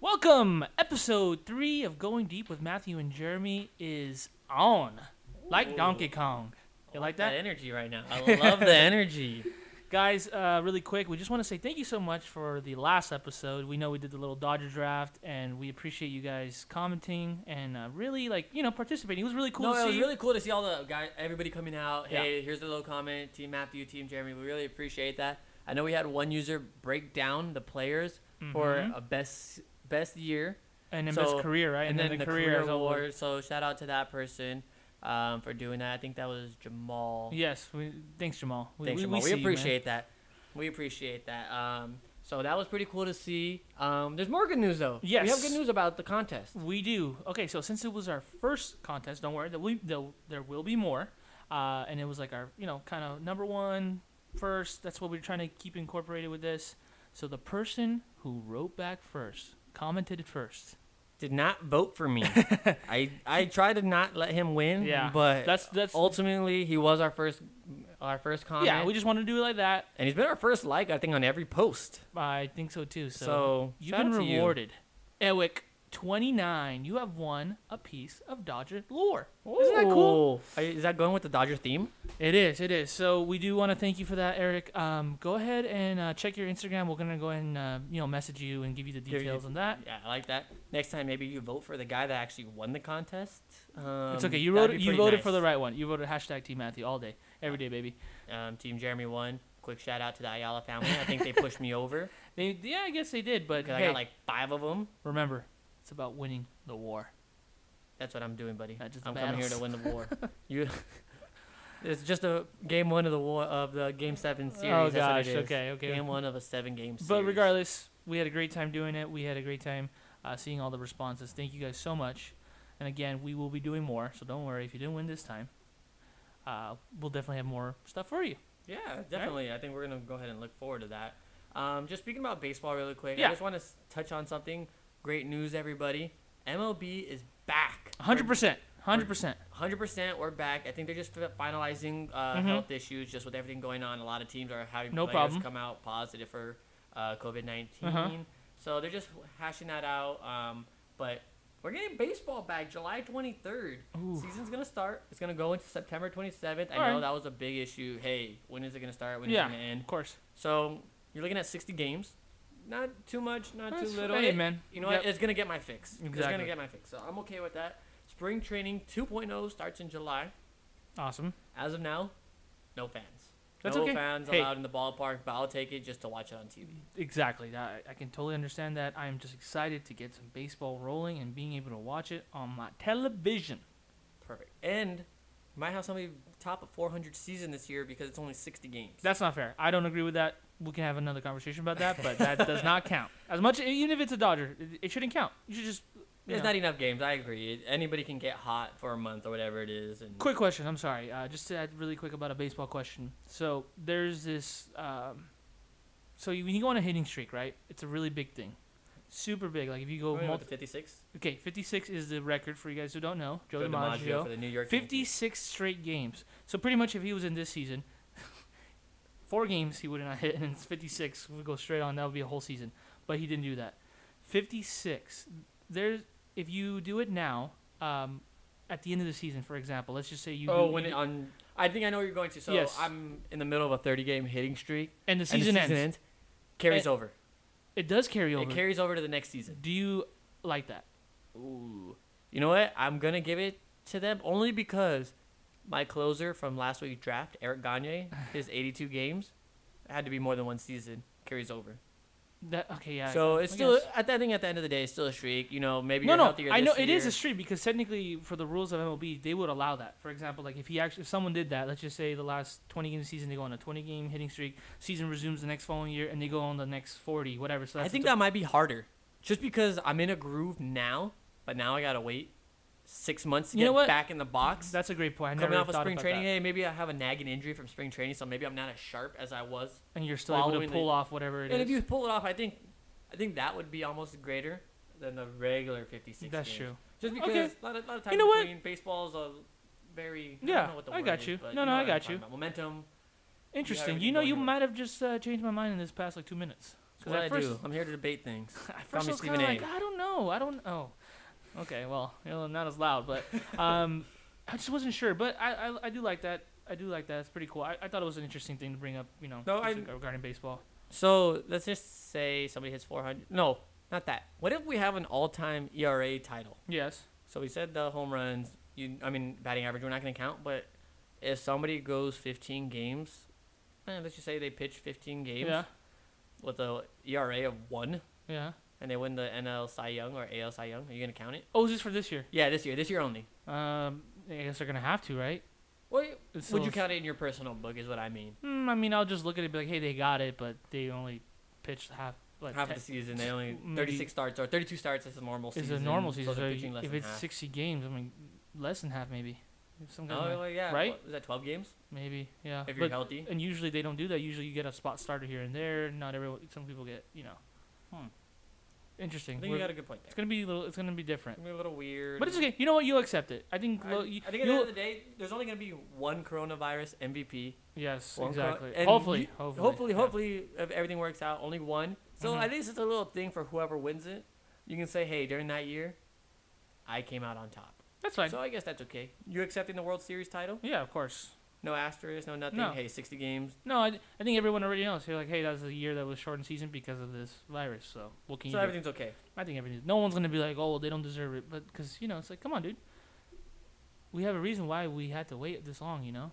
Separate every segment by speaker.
Speaker 1: Welcome! Episode 3 of Going Deep with Matthew and Jeremy is on. Like Donkey Kong. You like that?
Speaker 2: energy right now. I love the energy.
Speaker 1: Guys, uh, really quick, we just want to say thank you so much for the last episode. We know we did the little Dodger draft, and we appreciate you guys commenting and uh, really, like, you know, participating. It was really cool
Speaker 2: no,
Speaker 1: to
Speaker 2: it
Speaker 1: see.
Speaker 2: was really cool to see all the guy, everybody coming out.
Speaker 1: Yeah.
Speaker 2: Hey, here's the little comment, Team Matthew, Team Jeremy. We really appreciate that. I know we had one user break down the players for
Speaker 1: Mhm.
Speaker 2: a best best year
Speaker 1: and then
Speaker 2: so-
Speaker 1: his career, right?
Speaker 2: and, then, the career,
Speaker 1: as a whole.
Speaker 2: award. So shout out to that person um, for doing that. I think that was Jamal.
Speaker 1: Yes, we, thanks, Jamal. We,
Speaker 2: Thanks,
Speaker 1: we, We,
Speaker 2: Jamal. We,
Speaker 1: see you, man.
Speaker 2: appreciate that. We appreciate that. Um, so that was pretty cool to see. Um, there's more good news though. we have
Speaker 1: Yes.
Speaker 2: good news about the contest.
Speaker 1: We do. Okay, so since it was our first contest, don't worry, there will, there, there will be more. Uh, and it was like our, you know, kind of number one, first. That's what we're trying to keep incorporated with this. So the person who wrote back first, commented it first.
Speaker 2: Did not vote for me. I I tried to not let him win.
Speaker 1: Yeah,
Speaker 2: but
Speaker 1: that's- that's-
Speaker 2: ultimately he was our first our first comment.
Speaker 1: yeah, we just want to do it like that.
Speaker 2: and he's been our first like I think on every post.
Speaker 1: I think so too. So,
Speaker 2: So,
Speaker 1: you've
Speaker 2: shout
Speaker 1: been
Speaker 2: out to you.
Speaker 1: rewarded. Ewick, 29, you have won a piece of Dodger lore. Isn't that cool?
Speaker 2: Ooh. Is that going with the Dodger theme?
Speaker 1: It is. It is. So we do want to thank you for that, Eric. Um, go ahead and uh, check your Instagram. We're gonna go ahead and uh, you know message you and give you the
Speaker 2: you-
Speaker 1: details on that.
Speaker 2: Yeah, I like that. Next time maybe you vote for the guy that actually won the contest. Um,
Speaker 1: it's okay. You
Speaker 2: that'd
Speaker 1: wrote it.
Speaker 2: be
Speaker 1: You
Speaker 2: pretty
Speaker 1: voted for
Speaker 2: nice.
Speaker 1: the right one. You voted hashtag T Matthew all day, every day, baby.
Speaker 2: um, Team Jeremy won. Quick shout out to the Ayala family. I think they pushed me over
Speaker 1: They, yeah, I guess they did. But
Speaker 2: because I
Speaker 1: hey,
Speaker 2: got like five of them.
Speaker 1: remember, it's about winning the war.
Speaker 2: That's what I'm doing, buddy.
Speaker 1: Not just the
Speaker 2: I'm coming here to
Speaker 1: battles.
Speaker 2: win the war. you. It's just a game one of the war of the game seven series.
Speaker 1: Oh,
Speaker 2: That's what it
Speaker 1: gosh.
Speaker 2: is.
Speaker 1: Okay, okay.
Speaker 2: Game one of a seven game series.
Speaker 1: But regardless, we had a great time doing it. We had a great time uh, seeing all the responses. Thank you guys so much. And again, we will be doing more. So don't worry if you didn't win this time. Uh, we'll definitely have more stuff for you.
Speaker 2: yeah, definitely. I think we're gonna go ahead and look forward to that. Um, just speaking about baseball really quick,
Speaker 1: Yeah.
Speaker 2: I just want to touch on something. Great news, everybody! MLB is back.
Speaker 1: Hundred percent. Hundred percent.
Speaker 2: Hundred percent, we're back. I think they're just fi- finalizing uh,
Speaker 1: Mhm.
Speaker 2: health issues, just with everything going on. A lot of teams are having
Speaker 1: No
Speaker 2: players
Speaker 1: problem.
Speaker 2: come out positive for uh, COVID 19
Speaker 1: Uh-huh.
Speaker 2: So they're just hashing that out. Um, but we're getting baseball back July twenty third.
Speaker 1: Ooh.
Speaker 2: Season's gonna start. It's gonna go into September twenty seventh. I
Speaker 1: All
Speaker 2: know
Speaker 1: right.
Speaker 2: that was a big issue. Hey, when is it gonna start? When is
Speaker 1: Yeah,
Speaker 2: it gonna end?
Speaker 1: of course.
Speaker 2: So you're looking at sixty games. Not too much, not
Speaker 1: That's
Speaker 2: too little.
Speaker 1: Hey,
Speaker 2: It-
Speaker 1: man.
Speaker 2: you know
Speaker 1: Yep.
Speaker 2: what? It's gonna get my fix. It's
Speaker 1: Exactly.
Speaker 2: gonna get my fix. So I'm okay with that. Spring training 2.0 starts in July.
Speaker 1: Awesome.
Speaker 2: As of now, no fans.
Speaker 1: That's
Speaker 2: no
Speaker 1: okay.
Speaker 2: fans
Speaker 1: Hey.
Speaker 2: allowed in the ballpark, but I'll take it just to watch it on TV.
Speaker 1: Exactly. I, I can totally understand that. I am just excited to get some baseball rolling and being able to watch it on my television.
Speaker 2: Perfect. And you might have somebody top of 400 season this year because it's only 60 games.
Speaker 1: That's not fair. I don't agree with that. We can have another conversation about that, but that does not count. As much, even if it's a Dodger, it, it shouldn't count. You should just. you
Speaker 2: There's
Speaker 1: know.
Speaker 2: not enough games. I agree. It- Anybody can get hot for a month or whatever it is. And
Speaker 1: Quick question. I'm sorry. Uh, just to add really quick about a baseball question. So there's this. Um, so you, when you go on a hitting streak, right? It's a really big thing, super big. Like if you go
Speaker 2: Remember
Speaker 1: multi-
Speaker 2: Oh, the 56.
Speaker 1: Okay, 56 is the record for you guys who don't know. Joe,
Speaker 2: Joe
Speaker 1: DiMaggio.
Speaker 2: for the New York 50.
Speaker 1: 56 straight games. So pretty much if he was in this season, four games he would not hit, and it's 56 would go straight on. That would be a whole season. But he didn't do that. 56. There's if you do it now, um, at the end of the season, for example, let's just say you
Speaker 2: Oh,
Speaker 1: do,
Speaker 2: when it, on. I think I know where you're going to. So
Speaker 1: Yes.
Speaker 2: I'm in the middle of a 30 game hitting streak.
Speaker 1: and the
Speaker 2: and
Speaker 1: season, ends,
Speaker 2: Carries
Speaker 1: Eh,
Speaker 2: over.
Speaker 1: it does carry over.
Speaker 2: It carries over to the next season.
Speaker 1: do you like that?
Speaker 2: Ooh. You know what? I'm gonna give it to them only because my closer from last week's draft, Eric Gagne, his 82 games had to be more than one season carries over.
Speaker 1: That okay, yeah.
Speaker 2: so
Speaker 1: I
Speaker 2: it's still
Speaker 1: guess.
Speaker 2: at that thing. At the end of the day, it's still a streak. You know, maybe
Speaker 1: no,
Speaker 2: you're
Speaker 1: no.
Speaker 2: healthier
Speaker 1: I know
Speaker 2: this
Speaker 1: it is
Speaker 2: year.
Speaker 1: a streak because technically, for the rules of MLB, they would allow that. For example, like if he actually, if someone did that, let's just say the last 20 game season, they go on a 20 game hitting streak. Season resumes the next following year, and they go on the next 40, whatever. So
Speaker 2: I
Speaker 1: that's
Speaker 2: think
Speaker 1: the-
Speaker 2: that might be harder, just because I'm in a groove now. But now I gotta wait six months to
Speaker 1: You know
Speaker 2: get
Speaker 1: what?
Speaker 2: back in the box.
Speaker 1: that's a great point. I
Speaker 2: Coming
Speaker 1: never
Speaker 2: off of
Speaker 1: thought
Speaker 2: spring
Speaker 1: about
Speaker 2: training,
Speaker 1: that.
Speaker 2: hey, maybe I have a nagging injury from spring training, so maybe I'm not as sharp as I was
Speaker 1: and you're still able to
Speaker 2: following the-
Speaker 1: pull off whatever it is.
Speaker 2: And if you pull it off, I think I think that would be almost greater than the regular 56
Speaker 1: that's
Speaker 2: games.
Speaker 1: true.
Speaker 2: Just
Speaker 1: Okay.
Speaker 2: because a, lot of, lot of time
Speaker 1: You know what?
Speaker 2: between baseball is a very I
Speaker 1: Yeah,
Speaker 2: don't know what the
Speaker 1: I
Speaker 2: word
Speaker 1: got
Speaker 2: is,
Speaker 1: you.
Speaker 2: but
Speaker 1: No, no,
Speaker 2: know
Speaker 1: I
Speaker 2: what I'm
Speaker 1: got
Speaker 2: talking
Speaker 1: you.
Speaker 2: about. Momentum.
Speaker 1: Interesting.
Speaker 2: already
Speaker 1: You know,
Speaker 2: going
Speaker 1: you
Speaker 2: over.
Speaker 1: might have just uh, changed my mind in this past like two minutes.
Speaker 2: That's what I,
Speaker 1: at first-
Speaker 2: do. I'm here to debate things.
Speaker 1: At
Speaker 2: Call
Speaker 1: first
Speaker 2: me
Speaker 1: I was
Speaker 2: Stephen
Speaker 1: kind of like,
Speaker 2: A.
Speaker 1: I don't know. I don't know. Okay, well, you know, not as loud, but um, I just wasn't sure. But I, I, I do like that. I do like that. It's pretty cool. I, I thought it was an interesting thing to bring up, you know,
Speaker 2: No,
Speaker 1: just
Speaker 2: I-
Speaker 1: regarding baseball.
Speaker 2: So let's just say somebody hits 400. No, not that. What if we have an all-time ERA title?
Speaker 1: Yes.
Speaker 2: So we said the home runs. You, I mean, batting average. We're not going to count, but if somebody goes 15 games, eh, let's just say they pitch 15 games
Speaker 1: Yeah.
Speaker 2: with a ERA of one,
Speaker 1: Yeah.
Speaker 2: and they win the NL Cy Young or AL Cy Young. Are you going to count it?
Speaker 1: Oh, is this for this year?
Speaker 2: Yeah, this year. This year only.
Speaker 1: Um, I guess they're gonna have to, right?
Speaker 2: Well,
Speaker 1: It's
Speaker 2: would you
Speaker 1: still-
Speaker 2: count it in your personal book? Is what I mean.
Speaker 1: Mm, I mean, I'll just look at it and be like, hey, they got it, but they only pitched half. Like,
Speaker 2: half of
Speaker 1: eh,
Speaker 2: the season. They only
Speaker 1: maybe-
Speaker 2: 36 starts or 32 starts is a normal
Speaker 1: it's
Speaker 2: season.
Speaker 1: a normal
Speaker 2: so
Speaker 1: season.
Speaker 2: they're
Speaker 1: So
Speaker 2: pitching less
Speaker 1: if
Speaker 2: than
Speaker 1: it's
Speaker 2: half.
Speaker 1: 60 games, I mean, less than half maybe. If Some kind
Speaker 2: oh
Speaker 1: of,
Speaker 2: well, yeah,
Speaker 1: right?
Speaker 2: What, is that 12 games
Speaker 1: maybe, yeah.
Speaker 2: if you're
Speaker 1: but,
Speaker 2: healthy?
Speaker 1: and usually they don't do that. Usually you get a spot starter here and there. Not everyone. Some people get, you know.
Speaker 2: Hmm. I
Speaker 1: Interesting.
Speaker 2: think you
Speaker 1: We're-
Speaker 2: got a good point there.
Speaker 1: it's gonna be a little. It's gonna be
Speaker 2: It's
Speaker 1: different.
Speaker 2: gonna be a little weird.
Speaker 1: But it's okay. You know what? You'll accept it. I think.
Speaker 2: I,
Speaker 1: lo- you,
Speaker 2: I think at
Speaker 1: you'll-
Speaker 2: the end of the day, there's only gonna be one coronavirus MVP.
Speaker 1: yes,
Speaker 2: one cor-
Speaker 1: exactly.
Speaker 2: and
Speaker 1: hopefully,
Speaker 2: you-
Speaker 1: hopefully,
Speaker 2: Hopefully,
Speaker 1: yeah.
Speaker 2: hopefully, if everything works out, only one. So
Speaker 1: Mhm.
Speaker 2: at least it's a little thing for whoever wins it. You can say, hey, during that year, I came out on top.
Speaker 1: That's fine.
Speaker 2: So I guess that's okay. You accepting the World Series title?
Speaker 1: yeah, of course.
Speaker 2: No asterisk, no nothing.
Speaker 1: No.
Speaker 2: Hey, 60 games.
Speaker 1: No, I, I think everyone already knows. They're like, hey, that was a year that was shortened season because of this virus. So what can you
Speaker 2: So
Speaker 1: do?
Speaker 2: everything's okay.
Speaker 1: I think everything. No one's gonna be like, oh, well, they don't deserve it, but because you know, it's like, come on, dude. We have a reason why we had to wait this long, you know.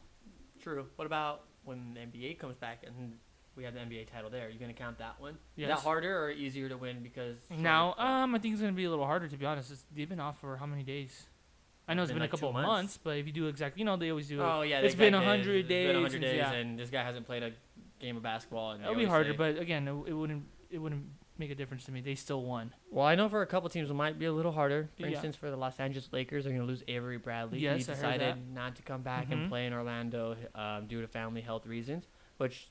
Speaker 2: True. What about when the NBA comes back and we have the NBA title there? you gonna count that one? Is that
Speaker 1: Yes.
Speaker 2: harder or easier to win because
Speaker 1: Now, um, I think it's gonna be a little harder to be honest. It's, they've been off for how many days? I know it's
Speaker 2: Been
Speaker 1: been,
Speaker 2: like
Speaker 1: a
Speaker 2: two
Speaker 1: couple of
Speaker 2: months.
Speaker 1: months. but if you do exactly, you know, they always do. it.
Speaker 2: oh yeah,
Speaker 1: it's
Speaker 2: that
Speaker 1: been
Speaker 2: guy
Speaker 1: a
Speaker 2: did.
Speaker 1: hundred
Speaker 2: It's been a
Speaker 1: days
Speaker 2: hundred
Speaker 1: and-
Speaker 2: days,
Speaker 1: yeah.
Speaker 2: and this guy hasn't played a game of basketball. And they
Speaker 1: It'll be
Speaker 2: always
Speaker 1: harder,
Speaker 2: say-
Speaker 1: but again, it, it wouldn't it wouldn't make a difference to me. They still won.
Speaker 2: well, I know for a couple teams it might be a little harder. For
Speaker 1: Yeah.
Speaker 2: instance, for the Los Angeles Lakers, they're gonna lose Avery Bradley.
Speaker 1: Yes,
Speaker 2: he
Speaker 1: I heard
Speaker 2: decided
Speaker 1: that.
Speaker 2: not to come back
Speaker 1: Mhm.
Speaker 2: and play in Orlando um, due to family health reasons, which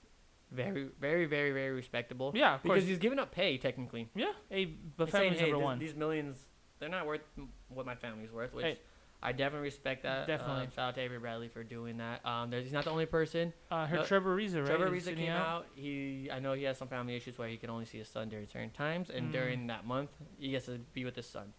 Speaker 2: very, very, very, very respectable.
Speaker 1: Yeah, of course.
Speaker 2: Because he's giving up pay technically.
Speaker 1: Yeah, hey, but
Speaker 2: It's saying,
Speaker 1: family's
Speaker 2: hey,
Speaker 1: number
Speaker 2: th-
Speaker 1: one.
Speaker 2: These millions, they're not worth m- what my family's worth, which
Speaker 1: Hey.
Speaker 2: I definitely respect that.
Speaker 1: Definitely.
Speaker 2: Um, shout out to Avery Bradley for doing that. Um, there's, he's not the only person.
Speaker 1: Uh, her
Speaker 2: no,
Speaker 1: Trevor Reza, right?
Speaker 2: Trevor
Speaker 1: is
Speaker 2: Reza
Speaker 1: sitting
Speaker 2: came out. He, I know he has some family issues where he can only see his son during certain times, and
Speaker 1: Mm.
Speaker 2: during that month, he gets to be with his son.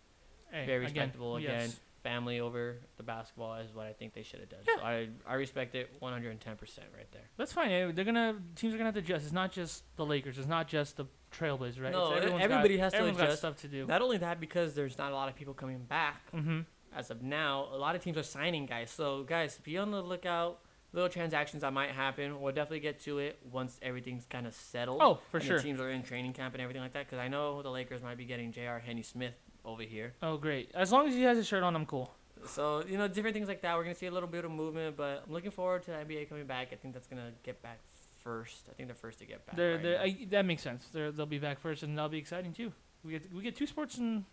Speaker 1: Hey,
Speaker 2: Very respectable
Speaker 1: yes.
Speaker 2: again. Family over the basketball is what I think they should have done. So I, I respect it 110% right there.
Speaker 1: That's fine. eh, They're gonna teams are gonna have to adjust. It's not just the Lakers. It's not just the Trailblazers, right?
Speaker 2: No,
Speaker 1: It's
Speaker 2: e-
Speaker 1: everyone's got-
Speaker 2: everybody has to
Speaker 1: everyone's
Speaker 2: adjust.
Speaker 1: got stuff to do.
Speaker 2: Not only that, because there's not a lot of people coming back
Speaker 1: mm-hmm.
Speaker 2: as of now, a lot of teams are signing guys. So guys, be on the lookout. Little transactions that might happen. We'll definitely get to it once everything's kind of settled.
Speaker 1: Oh, for
Speaker 2: and
Speaker 1: sure.
Speaker 2: The teams are in training camp and everything like that. Because I know the Lakers might be getting J.R. Henny Smith over here.
Speaker 1: Oh, great. As long as he has his shirt on, I'm cool.
Speaker 2: So you know, different things like that. We're gonna see a little bit of movement, but I'm looking forward to the NBA coming back. I think that's gonna get back first. I think they're first to get back.
Speaker 1: They're,
Speaker 2: right
Speaker 1: they're,
Speaker 2: now.
Speaker 1: I, that makes sense. They're, they'll be back first, and that'll be exciting too. We get we get two sports and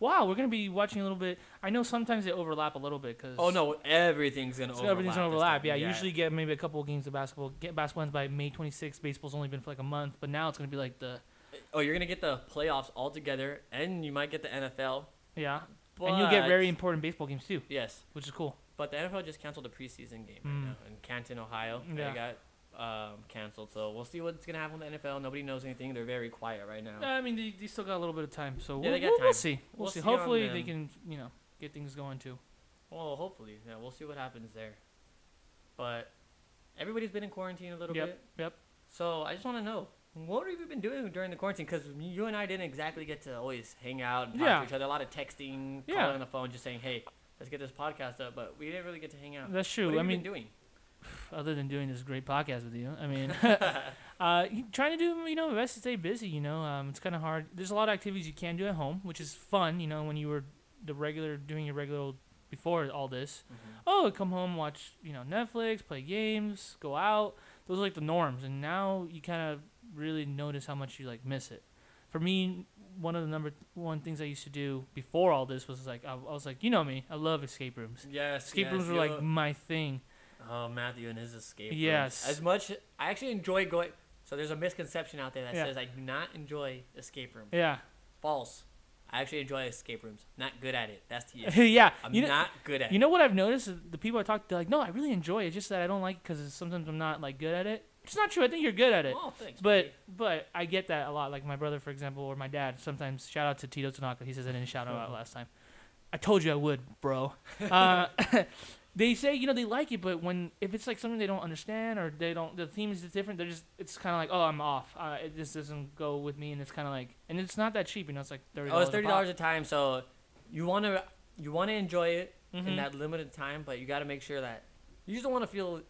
Speaker 1: wow, we're gonna be watching a little bit. I know sometimes they overlap a little bit because
Speaker 2: oh no, everything's gonna
Speaker 1: so
Speaker 2: overlap.
Speaker 1: everything's gonna
Speaker 2: this
Speaker 1: overlap.
Speaker 2: time.
Speaker 1: Yeah, usually get maybe a couple of games of basketball. Get basketball ends by May 26th. Baseball's only been for like a month, but now it's gonna be like the
Speaker 2: Oh, you're gonna get the playoffs all together, and you might get the NFL.
Speaker 1: yeah, and you'll get
Speaker 2: but-
Speaker 1: very important baseball games too,
Speaker 2: yes.
Speaker 1: which is cool.
Speaker 2: But the NFL just canceled the preseason game right
Speaker 1: Mm.
Speaker 2: now in Canton, Ohio.
Speaker 1: Yeah.
Speaker 2: They got um, canceled, so we'll see what's gonna happen with the NFL. Nobody knows anything. They're very quiet right now.
Speaker 1: I mean, they, they still got a little bit of time, so
Speaker 2: Yeah,
Speaker 1: we'll,
Speaker 2: they got
Speaker 1: we'll, we'll
Speaker 2: time.
Speaker 1: see. We'll,
Speaker 2: We'll
Speaker 1: see.
Speaker 2: see on
Speaker 1: Hopefully, they
Speaker 2: them.
Speaker 1: can you know get things going too.
Speaker 2: Well, hopefully, yeah, we'll see what happens there. But everybody's been in quarantine a little
Speaker 1: Yep,
Speaker 2: bit.
Speaker 1: yep.
Speaker 2: So I just want to know what have you been doing during the quarantine? Because you and I didn't exactly get to always hang out and talk
Speaker 1: Yeah.
Speaker 2: to each other. A lot of texting,
Speaker 1: Yeah.
Speaker 2: calling on the phone, just saying, "Hey, let's get this podcast up." But we didn't really get to hang out.
Speaker 1: That's true.
Speaker 2: What have
Speaker 1: I
Speaker 2: you
Speaker 1: mean,
Speaker 2: been doing?
Speaker 1: other than doing this great podcast with you. I mean, uh, you- trying to do you know my best to stay busy. You know, um, it's kind of hard. There's a lot of activities you can do at home, which is fun. You know, when you were the regular doing your regular old- before all this.
Speaker 2: Mm-hmm.
Speaker 1: Oh, come home, watch you know Netflix, play games, go out. Those are like the norms, and now you kind of really notice how much you like miss it. For me, one of the number one things I used to do before all this was like I, I was like you know me, I love escape rooms.
Speaker 2: Yes,
Speaker 1: Escape
Speaker 2: yes,
Speaker 1: rooms were
Speaker 2: you-
Speaker 1: like my thing.
Speaker 2: Oh, Matthew and his escape. rooms.
Speaker 1: Yes.
Speaker 2: As much I actually enjoy going. So there's a misconception out there that
Speaker 1: Yeah.
Speaker 2: says I do not enjoy escape rooms.
Speaker 1: Yeah,
Speaker 2: False. I actually enjoy escape rooms. Not good at it. That's the issue.
Speaker 1: yeah.
Speaker 2: I'm
Speaker 1: you know,
Speaker 2: not good at
Speaker 1: You know what I've noticed? is The people I talk to, they're like, no, I really enjoy it. It's just that I don't like it because sometimes I'm not like good at it. It's not true. I think you're good at it.
Speaker 2: Oh, thanks.
Speaker 1: But
Speaker 2: buddy.
Speaker 1: but I get that a lot. Like my brother, for example, or my dad. Sometimes shout out to Tito Tanaka. He says I didn't shout him out
Speaker 2: Oh.
Speaker 1: last time. I told you I would, bro. Uh, they say you know they like it, but when if it's like something they don't understand or they don't the theme is different, they're just it's kind of like oh I'm off. Uh, it just doesn't go with me, and it's kind of like and it's not that cheap. You know, it's like thirty.
Speaker 2: oh, it's thirty dollars
Speaker 1: $30
Speaker 2: a time. So you want to you want to enjoy it
Speaker 1: Mhm.
Speaker 2: in that limited time, but you got to make sure that you just don't want to feel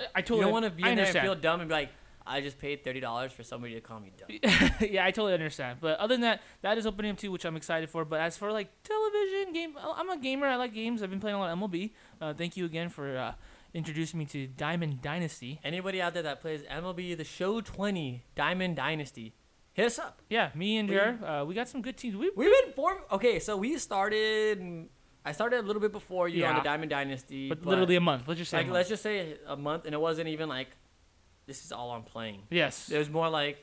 Speaker 1: I- I
Speaker 2: you
Speaker 1: Uh, totally-
Speaker 2: don't want to be
Speaker 1: I
Speaker 2: in there and
Speaker 1: understand.
Speaker 2: feel dumb and be like, I just paid thirty dollars for somebody to call me dumb.
Speaker 1: yeah, I totally understand. But other than that, that is opening up too, which I'm excited for. But as for like television game, oh, I'm a gamer. I like games. I've been playing a lot of MLB. Uh, thank you again for uh, introducing me to Diamond Dynasty.
Speaker 2: Anybody out there that plays MLB The Show Twenty Diamond Dynasty, hit us up.
Speaker 1: Yeah, me and
Speaker 2: We-
Speaker 1: Jer, uh, we got some good teams. We
Speaker 2: We've been four. Okay, so we started. I started a little bit before you on
Speaker 1: Yeah.
Speaker 2: the Diamond Dynasty,
Speaker 1: but literally a month. Let's just say. a
Speaker 2: like
Speaker 1: month.
Speaker 2: let's just say a month, and it wasn't even like this is all I'm playing.
Speaker 1: yes.
Speaker 2: It was more like,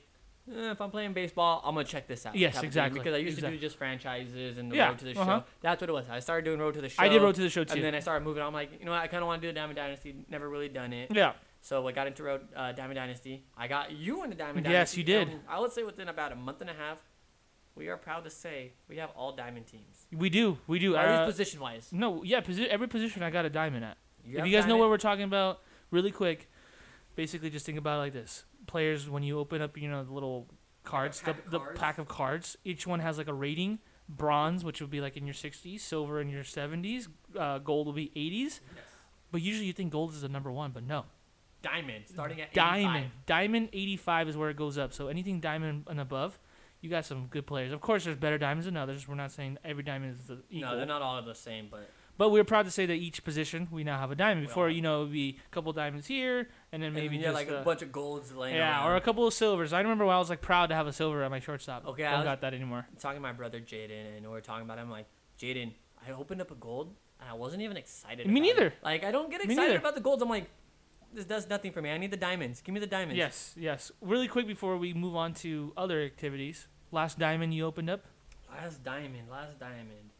Speaker 2: eh, if I'm playing baseball, I'm gonna check this out.
Speaker 1: Yes,
Speaker 2: type of thing,
Speaker 1: exactly,
Speaker 2: Because I used
Speaker 1: exactly.
Speaker 2: to do just franchises and the
Speaker 1: Yeah,
Speaker 2: road to the
Speaker 1: uh-huh.
Speaker 2: show. That's what it was. I started doing road to the show.
Speaker 1: I did Road to the Show too.
Speaker 2: And then I started moving. on. I'm like, you know, what? I kind of want to do the Diamond Dynasty. Never really done it.
Speaker 1: yeah.
Speaker 2: So I got into road uh, Diamond Dynasty. I got you into Diamond
Speaker 1: Yes,
Speaker 2: Dynasty.
Speaker 1: you did.
Speaker 2: and I would say within about a month and a half, we are proud to say we have all Diamond teams.
Speaker 1: We do. We do.
Speaker 2: At
Speaker 1: Uh,
Speaker 2: least position wise.
Speaker 1: no, yeah, posi- every position I got a diamond at. if
Speaker 2: have
Speaker 1: you guys know
Speaker 2: Diamond.
Speaker 1: what we're talking about, really quick, basically just think about it like this: players when you open up, you know, the little cards, the,
Speaker 2: pack of
Speaker 1: the
Speaker 2: cards.
Speaker 1: pack of cards. Each one has like a rating: bronze, which would be like in your 60s, silver in your 70s, uh, gold will be 80s.
Speaker 2: Yes.
Speaker 1: But usually you think gold is the number one, but no,
Speaker 2: Diamond starting at
Speaker 1: diamond,
Speaker 2: 85.
Speaker 1: diamond 85 is where it goes up. So anything diamond and above. You got some good players. Of course, there's better diamonds than others. We're not saying every diamond is the equal.
Speaker 2: No, they're not all the same, but
Speaker 1: But we're proud to say that each position we now have a diamond.
Speaker 2: We
Speaker 1: Before,
Speaker 2: all-
Speaker 1: you know, it would be a couple diamonds here, and then maybe
Speaker 2: maybe yeah,
Speaker 1: just
Speaker 2: like
Speaker 1: uh,
Speaker 2: a bunch of golds laying
Speaker 1: yeah,
Speaker 2: around.
Speaker 1: or a couple of silvers. I remember when I was like proud to have a silver at my shortstop.
Speaker 2: Okay, I
Speaker 1: don't
Speaker 2: was-
Speaker 1: got that anymore.
Speaker 2: talking to my brother Jaden, and we are talking about it. I'm like, Jaden, I opened up a gold, and I wasn't even excited.
Speaker 1: Me
Speaker 2: about it."
Speaker 1: neither.
Speaker 2: Like, I don't get
Speaker 1: Me
Speaker 2: excited
Speaker 1: neither.
Speaker 2: about the golds. I'm like, this does nothing for me. I need the diamonds. Give me the diamonds.
Speaker 1: Yes, yes. Really quick before we move on to other activities. Last diamond you opened up?
Speaker 2: Last diamond. Last diamond.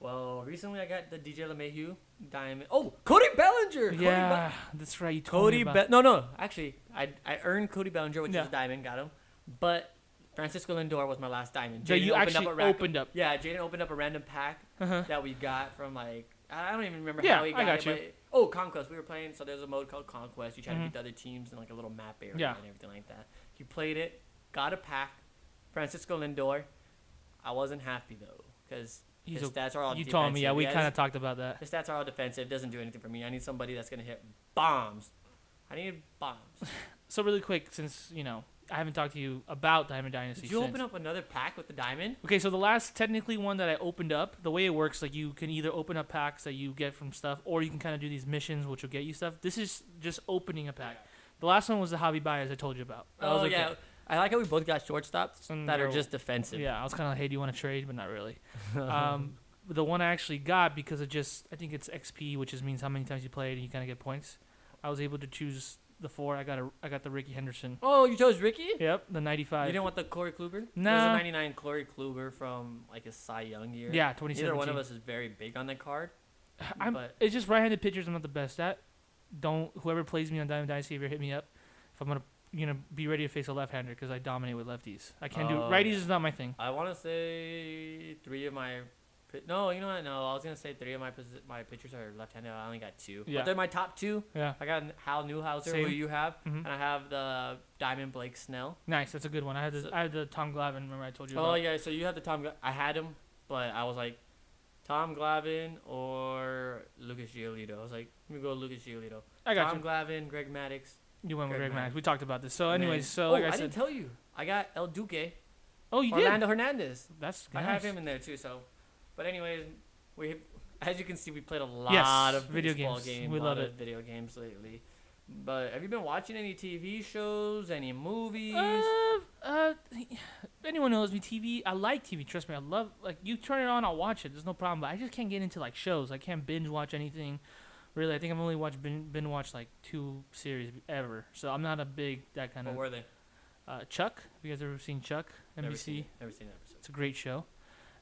Speaker 2: Well, recently I got the DJ LeMahieu diamond. Oh, Cody Bellinger.
Speaker 1: yeah, that's right. You told me
Speaker 2: Cody, Be- Cody
Speaker 1: about-
Speaker 2: Be- No, no. Actually, I I earned Cody Bellinger, which
Speaker 1: Yeah.
Speaker 2: is a diamond. Got him. But Francisco Lindor was my last diamond.
Speaker 1: that
Speaker 2: Jaden
Speaker 1: you
Speaker 2: opened
Speaker 1: actually
Speaker 2: up a rack-
Speaker 1: opened up.
Speaker 2: Yeah, Jaden opened up a random pack
Speaker 1: Uh-huh.
Speaker 2: that we got from like I I don't even remember
Speaker 1: Yeah,
Speaker 2: how we
Speaker 1: I
Speaker 2: got,
Speaker 1: got
Speaker 2: it.
Speaker 1: you.
Speaker 2: But, oh, conquest. We were playing, so there's a mode called conquest. You try
Speaker 1: Mhm.
Speaker 2: to beat the other teams in like a little map area
Speaker 1: Yeah.
Speaker 2: and everything like that. He played it, got a pack. Francisco Lindor. I wasn't happy though because
Speaker 1: He's
Speaker 2: his
Speaker 1: a-
Speaker 2: stats are all
Speaker 1: you
Speaker 2: defensive.
Speaker 1: told me. Yeah, we
Speaker 2: his-
Speaker 1: kind of talked about that.
Speaker 2: his stats are all defensive. Doesn't do anything for me. I need somebody that's gonna hit bombs. I need bombs.
Speaker 1: So really quick, since you know I haven't talked to you about Diamond Dynasty.
Speaker 2: Did you
Speaker 1: since.
Speaker 2: open up another pack with the diamond?
Speaker 1: Okay, so the last technically one that I opened up, the way it works, like you can either open up packs that you get from stuff, or you can kind of do these missions, which will get you stuff. This is just opening a pack. The last one was the hobby buyers I told you about. That
Speaker 2: Oh
Speaker 1: was Mm, okay.
Speaker 2: yeah. I like how we both got shortstops
Speaker 1: And
Speaker 2: that are
Speaker 1: they're-
Speaker 2: just defensive.
Speaker 1: yeah. I was kind of like, hey, do you want to trade? But not really. Um, the one I actually got because of just I think it's XP, which is means how many times you played and you kind of get points. I was able to choose the four. I got a I got the Ricky Henderson.
Speaker 2: Oh, you chose Ricky?
Speaker 1: Yep, the
Speaker 2: You
Speaker 1: ninety-five.
Speaker 2: didn't want the Corey Kluber? There's
Speaker 1: Nah.
Speaker 2: a 99 Corey Kluber from like his Cy Young year.
Speaker 1: yeah,
Speaker 2: Neither
Speaker 1: twenty-seven.
Speaker 2: one of us is very big on that card.
Speaker 1: I'm,
Speaker 2: but-
Speaker 1: it's just right-handed pitchers. I'm not the best at. Don't whoever plays me on Diamond Dynasty ever hit me up. If I'm gonna, you know, be ready to face a left-hander because I dominate with lefties. I can't
Speaker 2: Oh,
Speaker 1: do righties.
Speaker 2: yeah.
Speaker 1: Is not my thing.
Speaker 2: I want to say three of my. pi- No, you know what? No, I was gonna say three of my posi- my pitchers are left-handed. I only got two,
Speaker 1: Yeah.
Speaker 2: but they're my top two.
Speaker 1: Yeah,
Speaker 2: I got Hal Newhouser,
Speaker 1: Same.
Speaker 2: who you have,
Speaker 1: Mhm.
Speaker 2: and I have the Diamond Blake Snell.
Speaker 1: nice. That's a good one. I had the
Speaker 2: So-
Speaker 1: I had the Tom Glavine. Remember I told you.
Speaker 2: Oh
Speaker 1: about.
Speaker 2: yeah, so you have the Tom. Gla- I had him, but I was like, Tom Glavine or Lucas Giolito. I was like, let me go Lucas Giolito.
Speaker 1: I got
Speaker 2: Tom
Speaker 1: you.
Speaker 2: Glavine, Greg Maddox,
Speaker 1: You went with Greg
Speaker 2: Greg
Speaker 1: Max.
Speaker 2: Maddox.
Speaker 1: We talked about this. So,
Speaker 2: And then-
Speaker 1: anyways, so
Speaker 2: oh,
Speaker 1: like I, said,
Speaker 2: didn't tell you. I got El Duque,
Speaker 1: oh, you did.
Speaker 2: Orlando Hernandez.
Speaker 1: That's
Speaker 2: I
Speaker 1: nice.
Speaker 2: have him in there too. So, but anyways, we as you can see, we played a lot
Speaker 1: Yes,
Speaker 2: of
Speaker 1: video
Speaker 2: baseball
Speaker 1: games.
Speaker 2: games,
Speaker 1: We
Speaker 2: a
Speaker 1: love
Speaker 2: lot of
Speaker 1: it.
Speaker 2: video games lately. But have you been watching any TV shows, any movies?
Speaker 1: Uh, uh, anyone who knows me, TV. I like TV. Trust me, I love. Like you turn it on, I'll watch it. There's no problem. But I just can't get into like shows. I can't binge watch anything. Really, I think I've only watched bin, binge watched like two series ever. So I'm not a big that kind
Speaker 2: what
Speaker 1: of.
Speaker 2: were they?
Speaker 1: Uh, Chuck. Have you guys ever seen Chuck?
Speaker 2: Never
Speaker 1: NBC.
Speaker 2: seen it. Never seen that episode.
Speaker 1: It's a great show.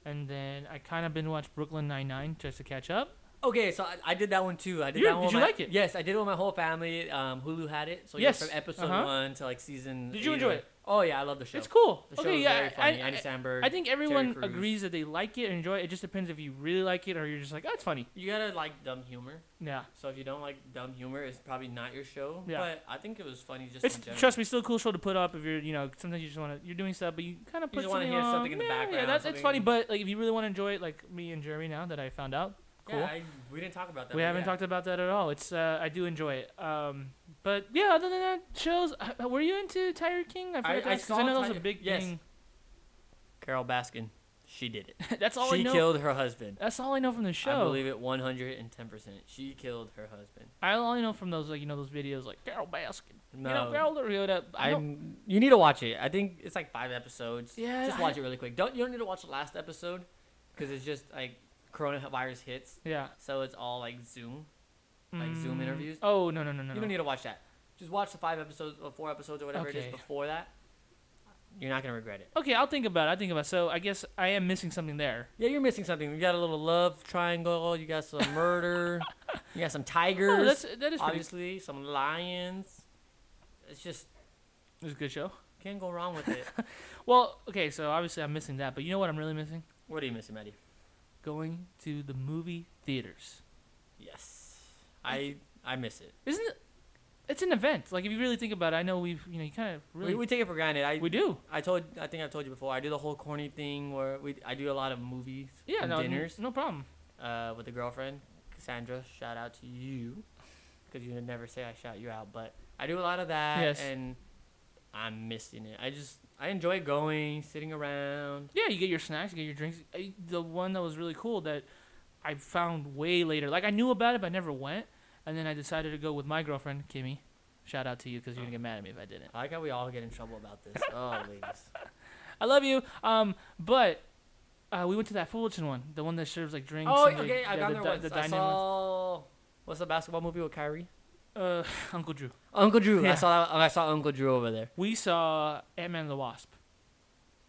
Speaker 1: And then I kind of binge watched Brooklyn Nine Nine just to catch up.
Speaker 2: Okay, so I, I did that one too. I did
Speaker 1: You-
Speaker 2: that one.
Speaker 1: did
Speaker 2: with
Speaker 1: you
Speaker 2: my-
Speaker 1: like it?
Speaker 2: Yes, I did it with my whole family. Um, Hulu had it, so
Speaker 1: Yes,
Speaker 2: yeah, from episode
Speaker 1: uh-huh.
Speaker 2: one to like season.
Speaker 1: Did you
Speaker 2: eight
Speaker 1: enjoy
Speaker 2: or-
Speaker 1: it?
Speaker 2: Oh yeah, I love the show.
Speaker 1: It's cool.
Speaker 2: The show
Speaker 1: okay,
Speaker 2: is
Speaker 1: yeah,
Speaker 2: very
Speaker 1: I,
Speaker 2: funny. Andy
Speaker 1: I,
Speaker 2: Samberg.
Speaker 1: I think everyone
Speaker 2: Crews.
Speaker 1: agrees that they like it and enjoy it. It just depends if you really like it or you're just like, that's funny.
Speaker 2: you gotta like dumb humor.
Speaker 1: Yeah,
Speaker 2: So if you don't like dumb humor, it's probably not your show.
Speaker 1: Yeah.
Speaker 2: But I think it was funny just
Speaker 1: it's
Speaker 2: in general.
Speaker 1: trust me, still a cool show to put up if you're you know sometimes you just want to you're doing stuff, but you kind of
Speaker 2: You
Speaker 1: put
Speaker 2: just wanna
Speaker 1: something
Speaker 2: hear
Speaker 1: on.
Speaker 2: something in the
Speaker 1: yeah, Yeah,
Speaker 2: background,
Speaker 1: that's it's funny,
Speaker 2: something-
Speaker 1: but like if you really want to enjoy it, like me and Jeremy now that I found out, cool.
Speaker 2: Yeah, I, we didn't talk about that.
Speaker 1: we
Speaker 2: but
Speaker 1: haven't
Speaker 2: yeah.
Speaker 1: talked about that at all. It's uh, I do enjoy it. Um, but yeah, other than that, shows. Uh, were you into Tiger King? I forgot
Speaker 2: I
Speaker 1: to ask 'cause I know
Speaker 2: saw
Speaker 1: that was a
Speaker 2: Tiger-
Speaker 1: big
Speaker 2: yes.
Speaker 1: thing.
Speaker 2: Carol Baskin. She did it.
Speaker 1: that's all I
Speaker 2: she
Speaker 1: know.
Speaker 2: killed her husband.
Speaker 1: that's all I know from the show.
Speaker 2: I believe it 110%. She killed her husband.
Speaker 1: I only know from those like you know those videos like Carol Baskin.
Speaker 2: No.
Speaker 1: You know Carol Loretta. I don't,
Speaker 2: I'm. You need to watch it. I think it's like five episodes.
Speaker 1: Yeah,
Speaker 2: Just
Speaker 1: I-
Speaker 2: watch it really quick. Don't you don't need to watch the last episode, because it's just like coronavirus hits,
Speaker 1: yeah.
Speaker 2: so it's all like Zoom, like Zoom interviews.
Speaker 1: Oh no no no no.
Speaker 2: You
Speaker 1: no.
Speaker 2: don't need to watch that. Just watch the five episodes or four episodes or whatever it
Speaker 1: Okay.
Speaker 2: is before that. You're not gonna regret it.
Speaker 1: okay, I'll think about. it. I think about. it. So I guess I am missing something there.
Speaker 2: Yeah, you're missing something. You got a little love triangle. You got some murder. you got some tigers.
Speaker 1: Oh, that's that is pretty.
Speaker 2: obviously some lions. It's just
Speaker 1: It's a good show.
Speaker 2: can't go wrong with it.
Speaker 1: Well, okay, so obviously I'm missing that, but you know what I'm really missing?
Speaker 2: what are you missing, Maddie?
Speaker 1: Going to the movie theaters.
Speaker 2: Yes, I I miss it.
Speaker 1: Isn't it? It's an event. Like if you really think about it, I know we've you know you kind of really
Speaker 2: We, we take it for granted. I
Speaker 1: we do.
Speaker 2: I told I think I've told you before. I do the whole corny thing where we I do a lot of movies.
Speaker 1: Yeah,
Speaker 2: and
Speaker 1: no,
Speaker 2: dinners
Speaker 1: no problem.
Speaker 2: uh, with a girlfriend, Cassandra. Shout out to you, because you would never say I shout you out. But I do a lot of that,
Speaker 1: Yes.
Speaker 2: and I'm missing it. I just I enjoy going, sitting around.
Speaker 1: Yeah, you get your snacks, you get your drinks. I, the one that was really cool that I found way later. Like I knew about it, but I never went. And then I decided to go with my girlfriend Kimmy. Shout out to you because you're gonna get mad at me if I didn't.
Speaker 2: I like how we all get in trouble about this. Oh, ladies.
Speaker 1: I love you. Um, but uh, we went to that Fullerton one, the one that serves like drinks.
Speaker 2: Oh,
Speaker 1: and the-
Speaker 2: okay. I've
Speaker 1: yeah,
Speaker 2: gone
Speaker 1: the
Speaker 2: there
Speaker 1: di-
Speaker 2: once.
Speaker 1: the
Speaker 2: I
Speaker 1: dining ones.
Speaker 2: saw what's the basketball movie with Kyrie?
Speaker 1: Uh, Uncle Drew.
Speaker 2: Uncle Drew.
Speaker 1: Yeah.
Speaker 2: I saw that, I saw Uncle Drew over there.
Speaker 1: We saw Ant Man and the Wasp.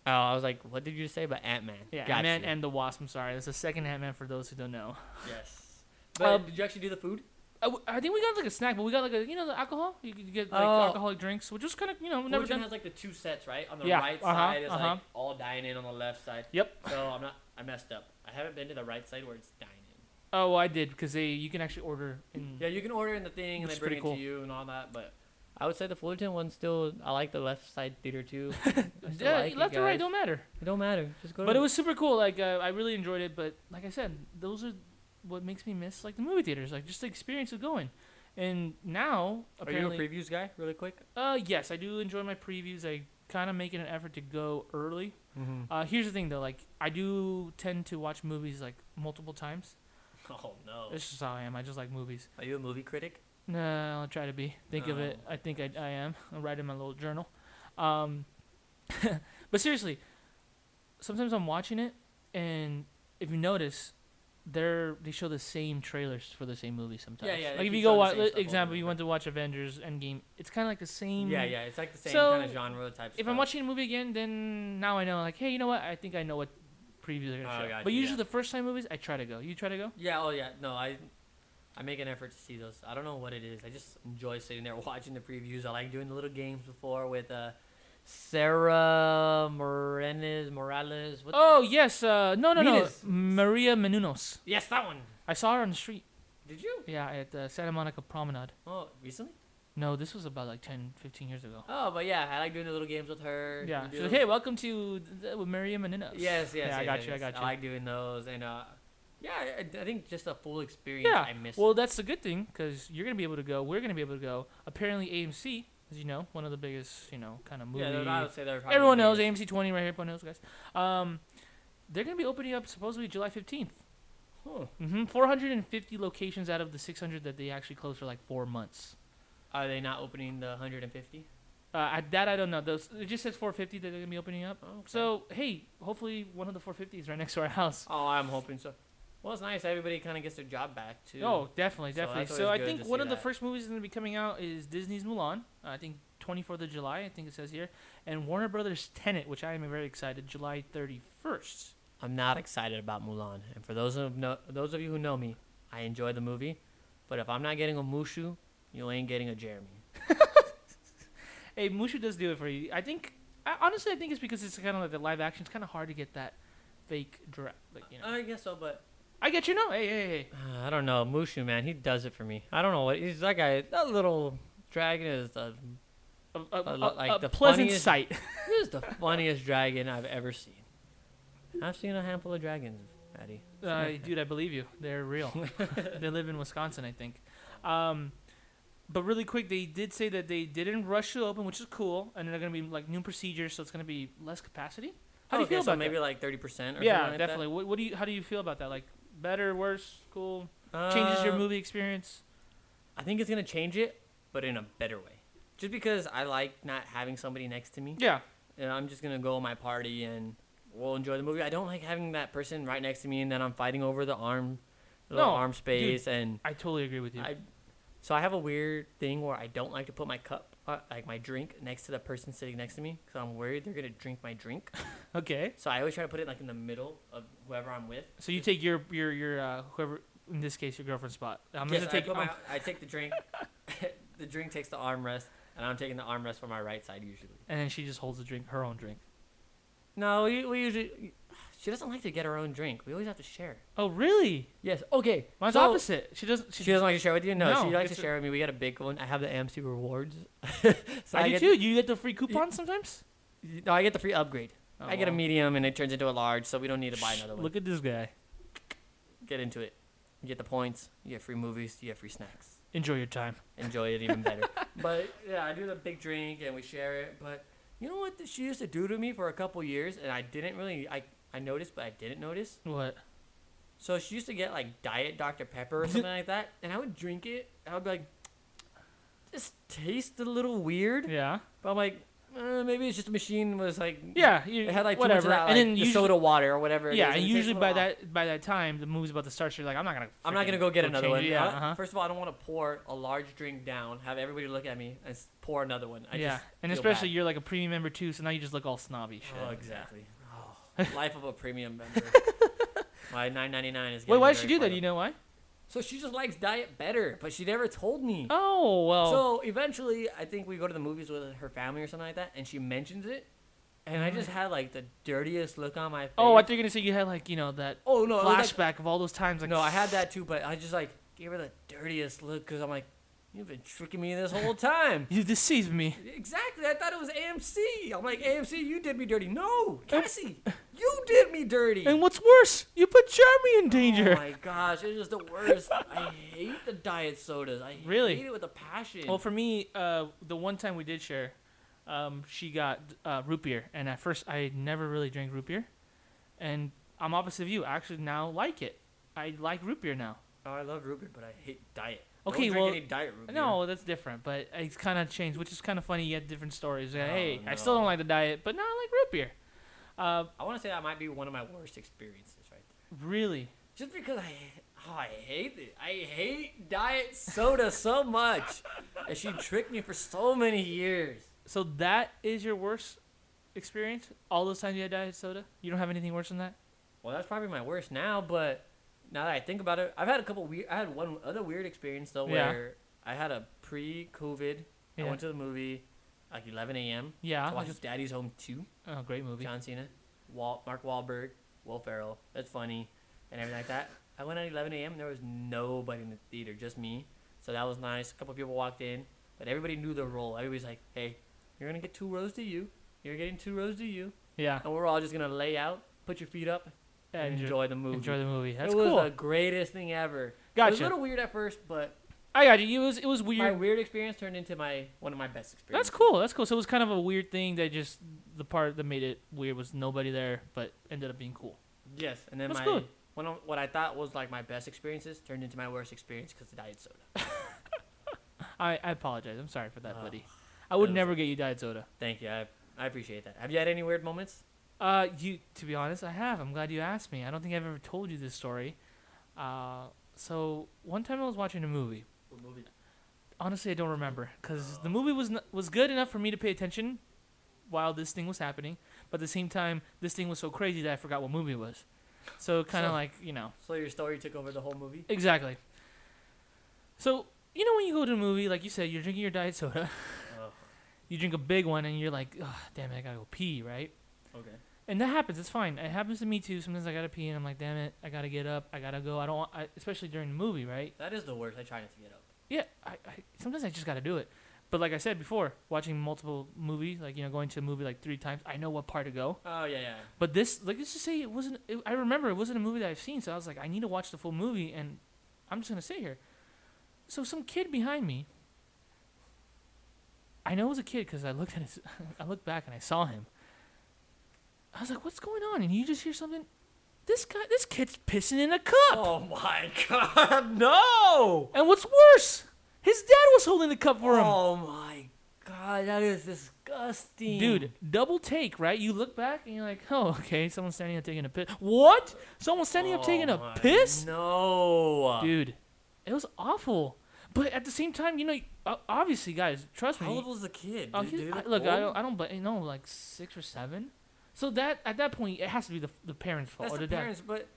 Speaker 2: Oh, I was like, what did you say about Ant Man?
Speaker 1: Yeah, Ant Man and the Wasp. I'm sorry, that's the second Ant Man for those who don't know.
Speaker 2: yes. But
Speaker 1: Um,
Speaker 2: did you actually do the food?
Speaker 1: I, w- I think we got like a snack, but we got like a you know the alcohol. You could get like
Speaker 2: Oh.
Speaker 1: alcoholic drinks, which is kind of you know never
Speaker 2: Fortune
Speaker 1: done.
Speaker 2: has like the two sets, right? On the
Speaker 1: Yeah,
Speaker 2: right
Speaker 1: uh-huh,
Speaker 2: side is
Speaker 1: uh-huh.
Speaker 2: like all dine in. On the left side,
Speaker 1: Yep.
Speaker 2: so I'm not. I messed up. I haven't been to the right side where it's dine in.
Speaker 1: Oh, well, I did because they you can actually order in.
Speaker 2: Yeah, you can order in the thing
Speaker 1: Which
Speaker 2: and
Speaker 1: is
Speaker 2: they
Speaker 1: pretty
Speaker 2: bring it
Speaker 1: cool.
Speaker 2: to you and all that. But I would say the Fullerton one still. I like the left side theater too. I still
Speaker 1: Yeah,
Speaker 2: like it,
Speaker 1: left or right
Speaker 2: guys.
Speaker 1: don't matter.
Speaker 2: It don't matter. Just go.
Speaker 1: But
Speaker 2: to
Speaker 1: it was super cool. Like uh, I really enjoyed it. But like I said, those are what makes me miss like the movie theaters, like just the experience of going. And now
Speaker 2: Are you a
Speaker 1: apparently,
Speaker 2: previews guy? Really quick.
Speaker 1: uh, yes, I do enjoy my previews. I kind of make it an effort to go early.
Speaker 2: Mm-hmm.
Speaker 1: Uh, here's the thing though, like I do tend to watch movies like multiple times.
Speaker 2: Oh no.
Speaker 1: It's just how I am. I just like movies.
Speaker 2: Are you a movie critic?
Speaker 1: No, I'll try to be. Think of it.
Speaker 2: Oh.
Speaker 1: I think I, I am. I'll write in my little journal. Um, but seriously, sometimes I'm watching it, and if you notice, they're they show the same trailers for the same movie sometimes.
Speaker 2: yeah, they
Speaker 1: Like if
Speaker 2: keep
Speaker 1: you go watch,
Speaker 2: showing the same stuff over
Speaker 1: example,
Speaker 2: and
Speaker 1: you
Speaker 2: over.
Speaker 1: went to watch Avengers Endgame. It's kind of like the same.
Speaker 2: Yeah, yeah. It's like the same kind
Speaker 1: So,
Speaker 2: of genre type.
Speaker 1: If I'm watching a movie again, then now I know. Like, hey, you know what? I think I know what previews are gonna
Speaker 2: Oh,
Speaker 1: show.
Speaker 2: gotcha,
Speaker 1: but usually
Speaker 2: yeah.
Speaker 1: the first time movies, I try to go. You try to go?
Speaker 2: Yeah. Oh yeah. No, I. I make an effort to see those. I don't know what it is. I just enjoy sitting there watching the previews. I like doing the little games before with uh, Sarah Morenes Morales. What
Speaker 1: Oh yes. Uh, no, no, no.
Speaker 2: Venus.
Speaker 1: Maria Menounos.
Speaker 2: Yes, that one.
Speaker 1: I saw her on the street.
Speaker 2: Did you?
Speaker 1: Yeah, at the Santa Monica Promenade.
Speaker 2: Oh, recently.
Speaker 1: No, this was about like 10, 15 years ago.
Speaker 2: Oh, but yeah, I like doing the little games with her.
Speaker 1: Yeah.
Speaker 2: We do
Speaker 1: She's like,
Speaker 2: the-
Speaker 1: hey, welcome to the, with Maria Menounos.
Speaker 2: Yes, yes,
Speaker 1: Yeah, I
Speaker 2: yes,
Speaker 1: got
Speaker 2: yes,
Speaker 1: you. I
Speaker 2: yes.
Speaker 1: got you.
Speaker 2: I like doing those, and uh, yeah, I, I think just a full experience.
Speaker 1: yeah.
Speaker 2: I miss.
Speaker 1: well,
Speaker 2: it.
Speaker 1: that's the good thing because you're gonna be able to go. We're gonna be able to go. Apparently, AMC, as you know, one of the biggest, you know, kind of movie.
Speaker 2: yeah, they're- I would say they're probably
Speaker 1: Everyone
Speaker 2: the
Speaker 1: knows
Speaker 2: biggest.
Speaker 1: AMC twenty right here. Everyone knows, guys. Um, they're gonna be opening up supposedly July fifteenth.
Speaker 2: Huh.
Speaker 1: Mm-hmm. Four hundred and fifty locations out of the six hundred that they actually closed for like four months.
Speaker 2: Are they not opening the 150?
Speaker 1: Uh, I, that I don't know. Those it just says four fifty that they're gonna be opening up.
Speaker 2: Oh,
Speaker 1: So hey, hopefully one of the 450s right next to our house.
Speaker 2: oh, I'm hoping so. Well, it's nice. Everybody kind of gets their job back too.
Speaker 1: Oh, definitely,
Speaker 2: So
Speaker 1: definitely.
Speaker 2: that's
Speaker 1: So, I
Speaker 2: always good
Speaker 1: think
Speaker 2: to
Speaker 1: one
Speaker 2: see
Speaker 1: of the
Speaker 2: that.
Speaker 1: first movies that's going to be coming out is Disney's Mulan. Uh, I think 24th of July, I think it says here, and Warner Brothers Tenet, which I am very excited, July 31st.
Speaker 2: I'm not excited about Mulan, and for those of no, those of you who know me, I enjoy the movie, but if I'm not getting a Mushu, you ain't getting a Jeremy.
Speaker 1: Hey, Mushu does do it for you. I think, I, honestly, I think it's because it's kind of like the live action. It's kind of hard to get that fake dra Like, you know.
Speaker 2: I guess so, but
Speaker 1: I get you. No, hey, hey, hey.
Speaker 2: Uh, I don't know. Mushu, man, he does it for me. I don't know what he's that guy. That little dragon is the
Speaker 1: A, a,
Speaker 2: Uh,
Speaker 1: a,
Speaker 2: li- like
Speaker 1: a
Speaker 2: the
Speaker 1: pleasant
Speaker 2: funniest-
Speaker 1: sight.
Speaker 2: this is the funniest dragon I've ever seen. I've seen a handful of dragons, Maddie.
Speaker 1: Uh, dude, I believe you. They're real. they live in Wisconsin, I think. Um, but really quick, they did say that they didn't rush to open, which is cool, and they're gonna be like new procedures, so it's gonna be less capacity. How do you
Speaker 2: Okay,
Speaker 1: feel
Speaker 2: so
Speaker 1: about
Speaker 2: maybe
Speaker 1: that?
Speaker 2: like thirty percent? or
Speaker 1: yeah,
Speaker 2: something like that?
Speaker 1: definitely. What, what do you? How do you feel about that? Like better, worse, cool? Changes your
Speaker 2: Uh,
Speaker 1: movie experience?
Speaker 2: I think it's gonna change it, but in a better way. Just because I like not having somebody next to me,
Speaker 1: Yeah,
Speaker 2: and I'm just gonna go on my party and we'll enjoy the movie. I don't like having that person right next to me, and then I'm fighting over the arm, the little
Speaker 1: No,
Speaker 2: arm
Speaker 1: dude.
Speaker 2: space, and
Speaker 1: I totally agree with you.
Speaker 2: I. So I have a weird thing where I don't like to put my cup, uh, like my drink, next to the person sitting next to me, because I'm worried they're gonna drink my drink.
Speaker 1: okay,
Speaker 2: So I always try to put it like in the middle of whoever I'm with.
Speaker 1: so you take your your your uh, whoever in this case your girlfriend's spot. I'm
Speaker 2: Yes,
Speaker 1: gonna
Speaker 2: I,
Speaker 1: take.
Speaker 2: put
Speaker 1: I'm-
Speaker 2: my, I take the drink. the drink takes the armrest, and I'm taking the armrest for my right side usually.
Speaker 1: and then she just holds the drink, her own drink.
Speaker 2: No, we, we usually. She doesn't like to get her own drink. We always have to share.
Speaker 1: Oh, really?
Speaker 2: Yes. Okay.
Speaker 1: Mine's
Speaker 2: so-
Speaker 1: opposite. She doesn't. She,
Speaker 2: She doesn't like to share with you. No,
Speaker 1: No,
Speaker 2: she likes to
Speaker 1: it's a-
Speaker 2: share with me. We got a big one. I have the AMC rewards. so
Speaker 1: I, do
Speaker 2: get,
Speaker 1: too. You get the free coupons sometimes.
Speaker 2: No, I get the free upgrade.
Speaker 1: Oh,
Speaker 2: I get a
Speaker 1: wow.
Speaker 2: medium, and it turns into a large, so we don't need to buy
Speaker 1: Shh,
Speaker 2: another one.
Speaker 1: Look at this guy.
Speaker 2: Get into it. You get the points. You get free movies. You get free snacks.
Speaker 1: Enjoy your time.
Speaker 2: enjoy it even better. but yeah, I do the big drink and we share it. But you know what that she used to do to me for a couple years, and I didn't really I I noticed, but I didn't notice.
Speaker 1: What?
Speaker 2: So she used to get like diet Dr Pepper or something like that, and I would drink it. And I would be like, this tastes a little weird.
Speaker 1: Yeah.
Speaker 2: But I'm like, uh, maybe it's just the machine was like
Speaker 1: Yeah. You,
Speaker 2: It had like
Speaker 1: whatever.
Speaker 2: too much of that,
Speaker 1: and
Speaker 2: like,
Speaker 1: then
Speaker 2: the
Speaker 1: usually,
Speaker 2: soda water or whatever. it
Speaker 1: yeah,
Speaker 2: is,
Speaker 1: and
Speaker 2: it tastes a
Speaker 1: usually
Speaker 2: little
Speaker 1: by
Speaker 2: off.
Speaker 1: that by that time the movie's about to start. So you're like, I'm not gonna.
Speaker 2: I'm not gonna
Speaker 1: freaking
Speaker 2: go get another
Speaker 1: change
Speaker 2: one.
Speaker 1: it.
Speaker 2: I
Speaker 1: Yeah.
Speaker 2: don't-
Speaker 1: Uh-huh.
Speaker 2: First of all, I don't want to pour a large drink down, have everybody look at me, and s- pour another one. I
Speaker 1: yeah.
Speaker 2: just
Speaker 1: and
Speaker 2: feel
Speaker 1: especially
Speaker 2: bad.
Speaker 1: you're like a premium member too, so now you just look all snobby. Shit.
Speaker 2: Oh, exactly. Oh, life of a premium member. My 9.99 is.
Speaker 1: Wait,
Speaker 2: getting
Speaker 1: why
Speaker 2: very
Speaker 1: did she do
Speaker 2: far
Speaker 1: that?
Speaker 2: up.
Speaker 1: Do you know why?
Speaker 2: So she just likes diet better, but she never told me.
Speaker 1: Oh well.
Speaker 2: So eventually, I think we go to the movies with her family or something like that, and she mentions it, and I just had like the dirtiest look on my face.
Speaker 1: Mm. oh, I thought you were gonna say you had like you know that
Speaker 2: Oh no! it was, like,
Speaker 1: flashback of all those times. Like,
Speaker 2: no, I had that too, but I just like gave her the dirtiest look because I'm like, you've been tricking me this whole time.
Speaker 1: You deceived me.
Speaker 2: exactly. I thought it was AMC. I'm like, AMC, you did me dirty. No, Cassie, you did me dirty.
Speaker 1: And what's worse, you put Jeremy in danger.
Speaker 2: Oh my gosh, it is the worst. I hate the diet sodas. I
Speaker 1: Really?
Speaker 2: hate it with a passion.
Speaker 1: Well, for me, uh, the one time we did share, um, she got uh, root beer, and at first I never really drank root beer, and I'm opposite of you. I actually now like it. I like root beer now.
Speaker 2: oh, I love root beer, but I hate diet.
Speaker 1: Okay,
Speaker 2: Don't drink
Speaker 1: well,
Speaker 2: any diet root beer.
Speaker 1: No, that's different, but it's kind of changed, which is kind of funny. You get different stories. Like,
Speaker 2: Oh,
Speaker 1: hey, I still don't
Speaker 2: no.
Speaker 1: like the diet, but now I like root beer. Uh,
Speaker 2: I want to say that might be one of my worst experiences right there.
Speaker 1: really?
Speaker 2: Just because I, oh, I hate it. I hate diet soda so much, and she tricked me for so many years.
Speaker 1: So that is your worst experience? All those times you had diet soda? You don't have anything worse than that?
Speaker 2: Well, that's probably my worst now, but now that I think about it, I've had a couple weird. I had one other weird experience though,
Speaker 1: Yeah.
Speaker 2: where I had a pre-COVID.
Speaker 1: Yeah. Uh-huh.
Speaker 2: I went to the movie like 11 a.m.
Speaker 1: Yeah.
Speaker 2: Oh, I watched
Speaker 1: just-
Speaker 2: Daddy's Home 2.
Speaker 1: oh, great movie.
Speaker 2: John Cena, Walt, Mark Wahlberg, Will Ferrell. That's funny, and everything like that. I went at 11 a.m. and there was nobody in the theater, just me. So that was nice. A couple people walked in, but everybody knew their role. Everybody's like, "Hey, you're gonna get two rows to you. You're getting two rows to you,
Speaker 1: Yeah.
Speaker 2: and we're all just gonna lay out, put your feet up, and enjoy, the movie."
Speaker 1: Enjoy the movie. That's
Speaker 2: it was
Speaker 1: cool.
Speaker 2: the greatest thing ever. It was a
Speaker 1: Gotcha.
Speaker 2: little weird at first, but
Speaker 1: I got you. It was it was
Speaker 2: my
Speaker 1: weird.
Speaker 2: weird experience turned into my one of my best
Speaker 1: That's
Speaker 2: experiences.
Speaker 1: cool. That's cool. So it was kind of a weird thing that just the part that made it weird was nobody there, but ended up being cool.
Speaker 2: Yes, and then
Speaker 1: That's
Speaker 2: my
Speaker 1: good.
Speaker 2: one of what I thought was like my best experiences turned into my worst experience because the diet soda.
Speaker 1: I, I apologize. I'm sorry for that,
Speaker 2: Oh,
Speaker 1: buddy. I would
Speaker 2: that was
Speaker 1: never get you diet soda.
Speaker 2: Thank you. I, I appreciate that. Have you had any weird moments?
Speaker 1: Uh, you to be honest, I have. I'm glad you asked me. I don't think I've ever told you this story. Uh, so one time I was watching a movie. Honestly, I don't remember because the movie was n- was good enough for me to pay attention while this thing was happening. But at the same time, this thing was so crazy that I forgot what movie it was. So kind of
Speaker 2: So-
Speaker 1: like you know
Speaker 2: So your story took over the whole movie.
Speaker 1: exactly. So you know when you go to a movie, like you said, you're drinking your diet soda.
Speaker 2: Oh,
Speaker 1: You drink a big one, and you're like, oh, damn it, I gotta go pee, right?
Speaker 2: okay.
Speaker 1: And that happens. It's fine. It happens to me too. Sometimes I gotta pee, and I'm like, damn it, I gotta get up. I gotta go. I don't. Want, I, especially during the movie, right?
Speaker 2: That is the worst. I try not to get up.
Speaker 1: Yeah, I, I sometimes I just got to do it. But like I said before, watching multiple movies, like you know, going to a movie like three times, I know what part to go.
Speaker 2: Oh yeah, yeah.
Speaker 1: But this, like, let's just say it wasn't. It, I remember it wasn't a movie that I've seen, so I was like, I need to watch the full movie, and I'm just gonna sit here. So some kid behind me, I know it was a kid because I looked at his, I looked back and I saw him. I was like, what's going on? And you just hear something. This guy, this kid's pissing in a cup.
Speaker 2: Oh my god, no!
Speaker 1: And what's worse, his dad was holding the cup for him.
Speaker 2: Oh my god, that is disgusting,
Speaker 1: Dude, double take, right? You look back and you're like, oh, okay, someone's standing up taking a piss. What? Someone's standing up taking a
Speaker 2: Oh my-
Speaker 1: piss?
Speaker 2: No,
Speaker 1: Dude, it was awful. But at the same time, you know, o- obviously, guys, trust me.
Speaker 2: How old was the kid?
Speaker 1: uh,
Speaker 2: Did-
Speaker 1: he's-
Speaker 2: did he
Speaker 1: I-
Speaker 2: look
Speaker 1: look, I
Speaker 2: old?
Speaker 1: don't, I don't, but you know, like six or seven. So that at that point, it has to be the, the parents' fault
Speaker 2: That's
Speaker 1: or
Speaker 2: the
Speaker 1: the,
Speaker 2: parents, but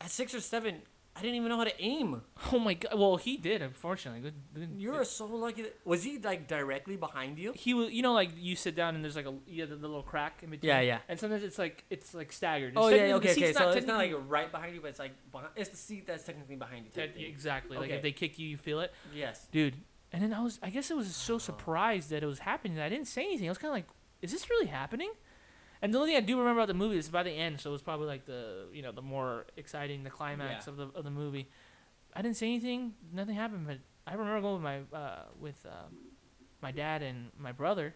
Speaker 2: at six or seven, I didn't even know how to aim.
Speaker 1: dad. Oh my god! Well, he did, unfortunately. Good, good-
Speaker 2: You're so lucky. That, was he like directly behind you?
Speaker 1: he was, you know, like you sit down and there's like a yeah, the, the little crack in between.
Speaker 2: Yeah, yeah.
Speaker 1: And sometimes it's like it's like staggered. It's
Speaker 2: Oh yeah,
Speaker 1: technically- the
Speaker 2: okay, okay.
Speaker 1: seat's
Speaker 2: So it's not like
Speaker 1: technically-
Speaker 2: right behind you, but it's like behind, it's the seat that's technically behind you. type
Speaker 1: That-
Speaker 2: thing.
Speaker 1: exactly. Like
Speaker 2: Okay.
Speaker 1: if they kick you, you feel it,
Speaker 2: Yes.
Speaker 1: dude. And then I was, I guess I was so surprised that it was happening. that I didn't say anything. I was kind of like, is this really happening? And the only thing I do remember about the movie is by the end, so it was probably like the you know the more exciting, the climax
Speaker 2: Yeah.
Speaker 1: of the of the movie. I didn't say anything. Nothing happened. But I remember going with my uh, with uh, my dad and my brother.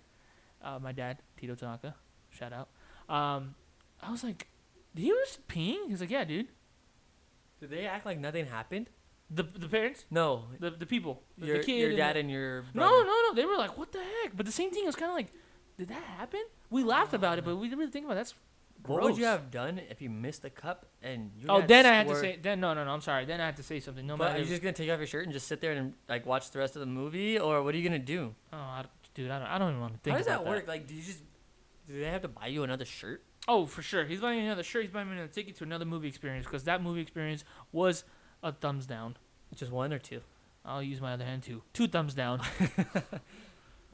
Speaker 1: Uh, my dad, Tito Tanaka, shout out. Um, I was like, he was peeing. He's like, yeah, dude.
Speaker 2: Did they act like nothing happened?
Speaker 1: The the parents,
Speaker 2: No.
Speaker 1: the the people, the,
Speaker 2: Your,
Speaker 1: the kid,
Speaker 2: your
Speaker 1: and
Speaker 2: dad
Speaker 1: the-
Speaker 2: and your
Speaker 1: no,
Speaker 2: brother.
Speaker 1: no, no. They were like, "What the heck?" But the same thing was kind of like, "Did that happen?" We laughed about it, but we didn't really think about it. that's. Gross.
Speaker 2: What would you have done if you missed a cup and you?
Speaker 1: Oh,
Speaker 2: got
Speaker 1: then I had to
Speaker 2: swerved?
Speaker 1: say. Then no, no, no. I'm sorry. Then I had to say something. No
Speaker 2: But are
Speaker 1: matter.
Speaker 2: you just gonna take off your shirt and just sit there and like watch the rest of the movie, or what are you gonna do?
Speaker 1: oh, I, dude, I don't. I don't even want to think.
Speaker 2: How does
Speaker 1: about
Speaker 2: that work? Like, do you just do they have to buy you another shirt?
Speaker 1: Oh, for sure. He's buying me another shirt. He's buying me another ticket to another movie experience because that movie experience was a thumbs down.
Speaker 2: Just one or two?
Speaker 1: I'll use my other hand too. Two thumbs down.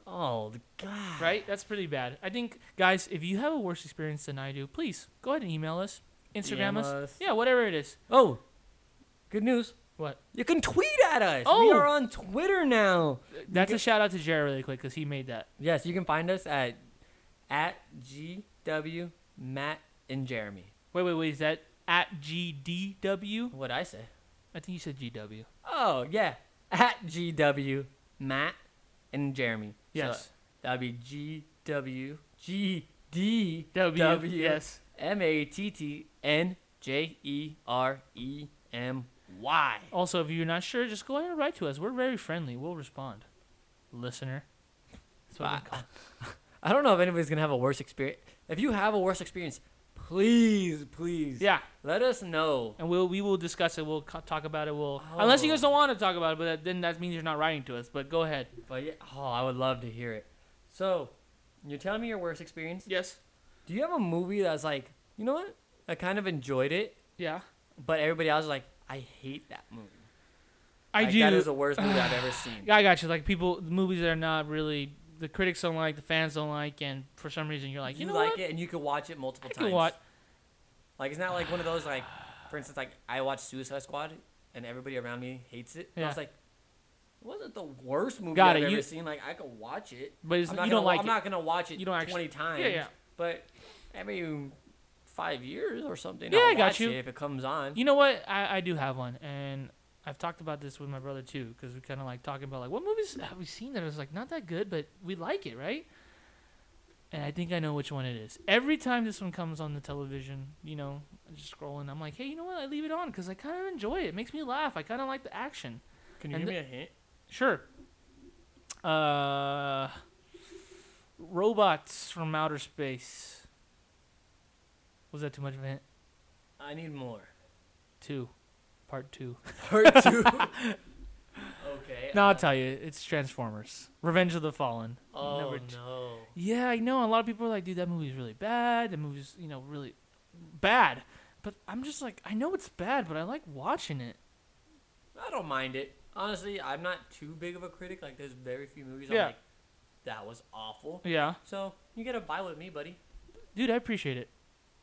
Speaker 2: Oh the god!
Speaker 1: right? That's pretty bad. I think, guys, if you have a worse experience than I do, please go ahead and email us, Instagram
Speaker 2: DM
Speaker 1: us.
Speaker 2: us.
Speaker 1: yeah, whatever it is.
Speaker 2: Oh, good news!
Speaker 1: What?
Speaker 2: You can tweet at us. we
Speaker 1: Oh!
Speaker 2: are on Twitter now.
Speaker 1: That's a shout out to Jared really quick because he made that.
Speaker 2: Yes, you can find us at at gw matt and jeremy.
Speaker 1: Wait, wait, wait. Is that at GDW?
Speaker 2: What I say?
Speaker 1: I think you said GW.
Speaker 2: Oh yeah, at GW Matt and Jeremy.
Speaker 1: Yes.
Speaker 2: so that'd be G W G D
Speaker 1: W, yes.
Speaker 2: M A T T N J E R E M Y.
Speaker 1: Also, if you're not sure, just go ahead and write to us. We're very friendly. We'll respond. Listener. That's what we
Speaker 2: Bye.
Speaker 1: call.
Speaker 2: I don't know if anybody's gonna have a worse experience. If you have a worse experience, please, please,
Speaker 1: Yeah.
Speaker 2: let us know.
Speaker 1: And we'll we will discuss it. We'll co- talk about it. We'll unless
Speaker 2: Oh.
Speaker 1: you guys don't want to talk about it, but that, then that means you're not writing to us. But go ahead.
Speaker 2: But yeah, oh, I would love to hear it. So, you're telling me your worst experience?
Speaker 1: Yes.
Speaker 2: Do you have a movie that's like, you know what? I kind of enjoyed it,
Speaker 1: Yeah.
Speaker 2: but everybody else is like, I hate that movie.
Speaker 1: I
Speaker 2: Like,
Speaker 1: do.
Speaker 2: That is the worst movie I've ever seen.
Speaker 1: I got you. Like people, the movies that are not really the critics don't like, the fans don't like, and for some reason you're like,
Speaker 2: you
Speaker 1: you, know
Speaker 2: like
Speaker 1: what?
Speaker 2: it, and you can watch it multiple
Speaker 1: I
Speaker 2: times.
Speaker 1: can watch.
Speaker 2: Like it's not like one of those like, for instance, like I watched Suicide Squad, and everybody around me hates it. And I was
Speaker 1: Yeah.
Speaker 2: like, it wasn't the worst movie
Speaker 1: Got
Speaker 2: I've
Speaker 1: it,
Speaker 2: ever
Speaker 1: you-
Speaker 2: seen. Like I could watch it,
Speaker 1: But it's, you
Speaker 2: I'm not
Speaker 1: don't
Speaker 2: gonna, wa-
Speaker 1: like
Speaker 2: I'm
Speaker 1: it.
Speaker 2: not gonna watch it.
Speaker 1: You don't
Speaker 2: 20
Speaker 1: actually-
Speaker 2: times.
Speaker 1: yeah, yeah.
Speaker 2: But every five years or something.
Speaker 1: Yeah,
Speaker 2: I'll
Speaker 1: I got
Speaker 2: watch
Speaker 1: you.
Speaker 2: It if it comes on.
Speaker 1: You know what? I, I do have one, and I've talked about this with my brother too, because we kind of like talking about like what movies have we seen that was like not that good, but we like it, right? And I think I know which one it is. Every time this one comes on the television, you know, I'm just scrolling, I'm like, hey, you know what? I leave it on because I kind of enjoy it. It makes me laugh. I kind of like the action.
Speaker 2: Can you
Speaker 1: and
Speaker 2: give me
Speaker 1: the-
Speaker 2: a hint?
Speaker 1: Sure. Uh, robots from outer space. Was that too much of a hint?
Speaker 2: I need more.
Speaker 1: Two, part two.
Speaker 2: Part two. okay.
Speaker 1: No, I'll tell you, it's Transformers: Revenge of the Fallen.
Speaker 2: Oh
Speaker 1: number two.
Speaker 2: no.
Speaker 1: Yeah, I know. A lot of people are like, "Dude, that movie's really bad. That movie's, you know, really bad." But I'm just like, I know it's bad, but I like watching it.
Speaker 2: I don't mind it. Honestly, I'm not too big of a critic. Like, there's very few movies
Speaker 1: Yeah.
Speaker 2: I'm like, that was awful.
Speaker 1: Yeah,
Speaker 2: So, you get a buy with me, buddy.
Speaker 1: dude, I appreciate it.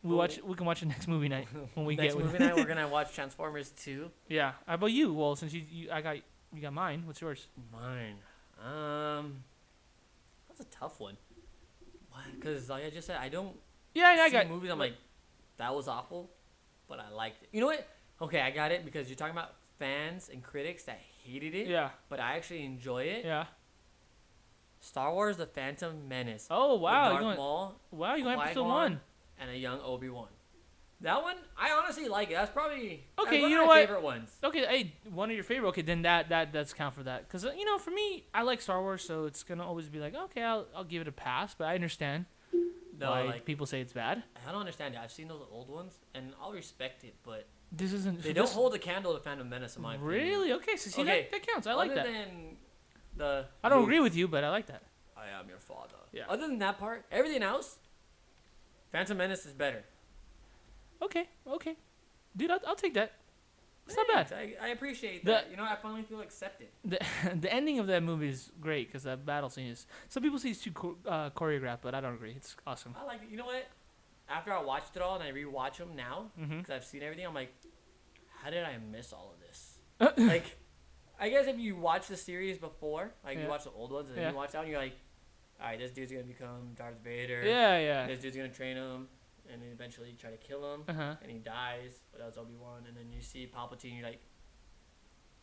Speaker 1: We
Speaker 2: Cool.
Speaker 1: watch. We can watch it next movie night when we
Speaker 2: Next
Speaker 1: get.
Speaker 2: movie night, we're going to watch Transformers 2.
Speaker 1: yeah. How about you? Well, since you, you, I got, you got mine. What's yours?
Speaker 2: Mine. Um, that's a tough one. Because, like I just said, I don't
Speaker 1: Yeah, yeah, I
Speaker 2: see
Speaker 1: got.
Speaker 2: movies. I'm like, that was awful, but I liked it. You know what? Okay, I got it because you're talking about fans and critics that hated it,
Speaker 1: Yeah,
Speaker 2: but I actually enjoy it.
Speaker 1: yeah.
Speaker 2: Star Wars: The Phantom Menace.
Speaker 1: Oh
Speaker 2: with
Speaker 1: wow, you
Speaker 2: Darth
Speaker 1: going?
Speaker 2: Maul
Speaker 1: Wow, you going episode
Speaker 2: Qui-Gon
Speaker 1: one?
Speaker 2: and a young Obi Wan. That one, I honestly like it. That's probably that's
Speaker 1: Okay,
Speaker 2: one
Speaker 1: you
Speaker 2: of
Speaker 1: know
Speaker 2: my
Speaker 1: what?
Speaker 2: favorite ones.
Speaker 1: Okay, hey, one of your favorite. Okay, then that that that's count for that. Cause uh, you know, for me, I like Star Wars, so it's gonna always be like, okay, I'll I'll give it a pass, but I understand
Speaker 2: No,
Speaker 1: why
Speaker 2: like
Speaker 1: people say it's bad.
Speaker 2: I don't understand it. I've seen those old ones, and I'll respect it, but
Speaker 1: This isn't.
Speaker 2: they
Speaker 1: so
Speaker 2: don't
Speaker 1: this-
Speaker 2: hold a candle to Phantom Menace. In my opinion.
Speaker 1: Really? Okay. So see,
Speaker 2: Okay,
Speaker 1: that, that counts. I like
Speaker 2: Other
Speaker 1: that.
Speaker 2: than the
Speaker 1: I don't
Speaker 2: Luke,
Speaker 1: agree with you, but I like that.
Speaker 2: I am your father.
Speaker 1: Yeah.
Speaker 2: Other than that part, everything else, Phantom Menace is better.
Speaker 1: Okay, okay, dude, I'll, I'll take that. It's not
Speaker 2: Thanks.
Speaker 1: bad.
Speaker 2: I, I appreciate
Speaker 1: The-
Speaker 2: that. you know, I finally feel accepted.
Speaker 1: The, the ending of that movie is great because that battle scene is. Some people say it's too cho- uh, choreographed, but I don't agree. It's awesome.
Speaker 2: I like it. You know what? After I watched it all and I rewatch them now,
Speaker 1: Mm-hmm.
Speaker 2: because I've seen everything, I'm like, how did I miss all of this? like, I guess if you watch the series before, like
Speaker 1: Yeah.
Speaker 2: you watch the old ones and
Speaker 1: Yeah.
Speaker 2: then you watch that one, you're like, all right, this dude's gonna become Darth Vader.
Speaker 1: Yeah, yeah.
Speaker 2: This dude's gonna train him and then eventually try to kill him.
Speaker 1: Uh huh.
Speaker 2: And he dies, but that was Obi Wan. And then you see Palpatine, you're like,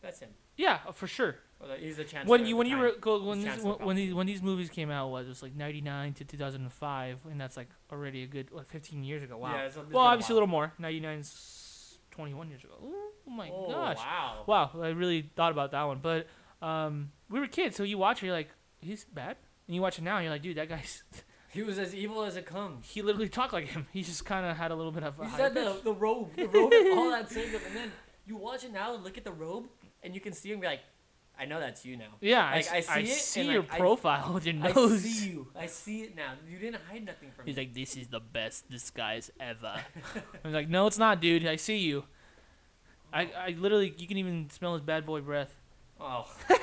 Speaker 2: that's him.
Speaker 1: Yeah, for sure.
Speaker 2: Or like, he's the chance.
Speaker 1: when you when you were go, when
Speaker 2: He's
Speaker 1: these,
Speaker 2: Chancellor
Speaker 1: when, when these when these movies came out was it was like ninety nine to two thousand and five, and that's like already a good like fifteen years ago. Wow.
Speaker 2: Yeah, it's- it's been
Speaker 1: well,
Speaker 2: a
Speaker 1: obviously a
Speaker 2: while.
Speaker 1: little more. Ninety nine, twenty one years ago. Ooh, Oh my
Speaker 2: oh,
Speaker 1: gosh.
Speaker 2: Wow.
Speaker 1: Wow, I really thought about that one. But um, we were kids, so you watch it, you're like, he's bad. And you watch it now, and you're like, dude, that guy's.
Speaker 2: He was as evil as it comes.
Speaker 1: He literally talked like him. He just kind of had a little bit of. A
Speaker 2: You
Speaker 1: higher
Speaker 2: said the,
Speaker 1: pitch.
Speaker 2: the robe, the robe, and all that same stuff. And then you watch it now, look at the robe, and you can see him be like, I know that's you now.
Speaker 1: Yeah, I,
Speaker 2: Like,
Speaker 1: s-
Speaker 2: I see
Speaker 1: I
Speaker 2: it,
Speaker 1: see
Speaker 2: and,
Speaker 1: your
Speaker 2: like, I-
Speaker 1: profile with your
Speaker 2: I
Speaker 1: nose.
Speaker 2: see you. I see it now. You didn't hide nothing from me.
Speaker 1: He's like, this is the best disguise ever. I'm like, no, it's not, dude. I see you. I, I literally, you can even smell his bad boy breath.
Speaker 2: Oh.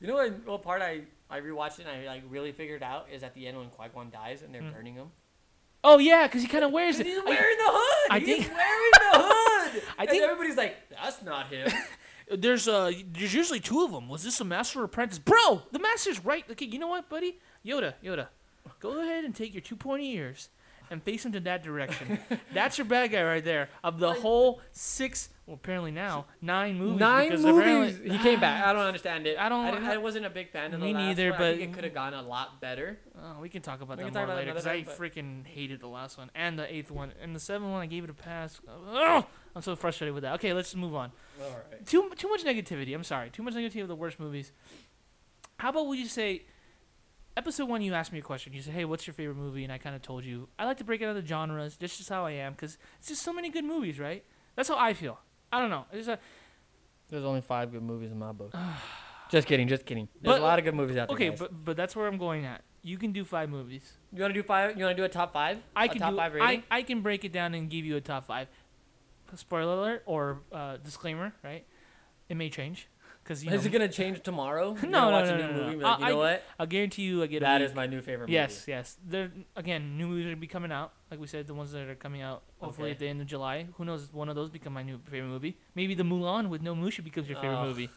Speaker 2: you know what, what part I, I rewatched it and I like really figured out is at the end when Qui-Gon dies and they're
Speaker 1: Mm.
Speaker 2: burning him.
Speaker 1: Oh yeah, because he kind of wears
Speaker 2: He's
Speaker 1: it.
Speaker 2: wearing
Speaker 1: I-
Speaker 2: the hood.
Speaker 1: I
Speaker 2: He's
Speaker 1: think-
Speaker 2: wearing the hood.
Speaker 1: I
Speaker 2: and
Speaker 1: think-
Speaker 2: everybody's like, that's not him.
Speaker 1: There's uh, there's usually two of them. Was this a master or apprentice, bro? The master's right. Okay, you know what, buddy? Yoda, Yoda, go ahead and take your two pointy ears and face him to that direction. That's your bad guy right there. Of the
Speaker 2: Like-
Speaker 1: whole six, well, apparently now nine movies. because apparently-
Speaker 2: He came back. I don't understand it.
Speaker 1: I don't-
Speaker 2: Ah. I, didn't- I wasn't a big fan of the
Speaker 1: Me
Speaker 2: last
Speaker 1: neither,
Speaker 2: one. I think
Speaker 1: but-
Speaker 2: it could have gone a lot better.
Speaker 1: Oh, we can talk about
Speaker 2: We
Speaker 1: that
Speaker 2: can talk
Speaker 1: more
Speaker 2: about it
Speaker 1: later because
Speaker 2: another
Speaker 1: I
Speaker 2: time, but-
Speaker 1: freaking hated the last one and the eighth one and the seventh one. I gave it a pass. Ugh, I'm so frustrated with that. Okay, let's move on.
Speaker 2: All right.
Speaker 1: Too too much negativity. I'm sorry. Too much negativity of the worst movies. How about we just say, episode one? You asked me a question. You said, "Hey, what's your favorite movie?" And I kind of told you I like to break it out into genres. That's just how I am because it's just so many good movies, right? That's how I feel. I don't know. It's just
Speaker 2: There's only five good movies in my book. just kidding, just kidding. There's
Speaker 1: But-
Speaker 2: a lot of good movies out
Speaker 1: a,
Speaker 2: there.
Speaker 1: okay,
Speaker 2: guys.
Speaker 1: but but that's where I'm going at. You can do five movies.
Speaker 2: you want to do five? You want to do a top five?
Speaker 1: I
Speaker 2: A
Speaker 1: can
Speaker 2: top
Speaker 1: do,
Speaker 2: five
Speaker 1: I,
Speaker 2: rating.
Speaker 1: I can break it down and give you a top five. Spoiler alert or uh, disclaimer, right? It may change because you know,
Speaker 2: Is it gonna change tomorrow? You're
Speaker 1: No,
Speaker 2: gonna
Speaker 1: no,
Speaker 2: watch
Speaker 1: no,
Speaker 2: a new
Speaker 1: no, no,
Speaker 2: movie. and be
Speaker 1: no.
Speaker 2: Like, you
Speaker 1: I-
Speaker 2: know
Speaker 1: I-
Speaker 2: what?
Speaker 1: I'll guarantee you I get
Speaker 2: That
Speaker 1: a
Speaker 2: is my new favorite movie.
Speaker 1: yes, yes. There again, new movies are be coming out. Like we said, the ones that are coming out hopefully
Speaker 2: Okay.
Speaker 1: at the end of July. Who knows? One of those become my new favorite movie. Maybe the Mulan with no Mushu becomes your favorite
Speaker 2: Ugh.
Speaker 1: movie.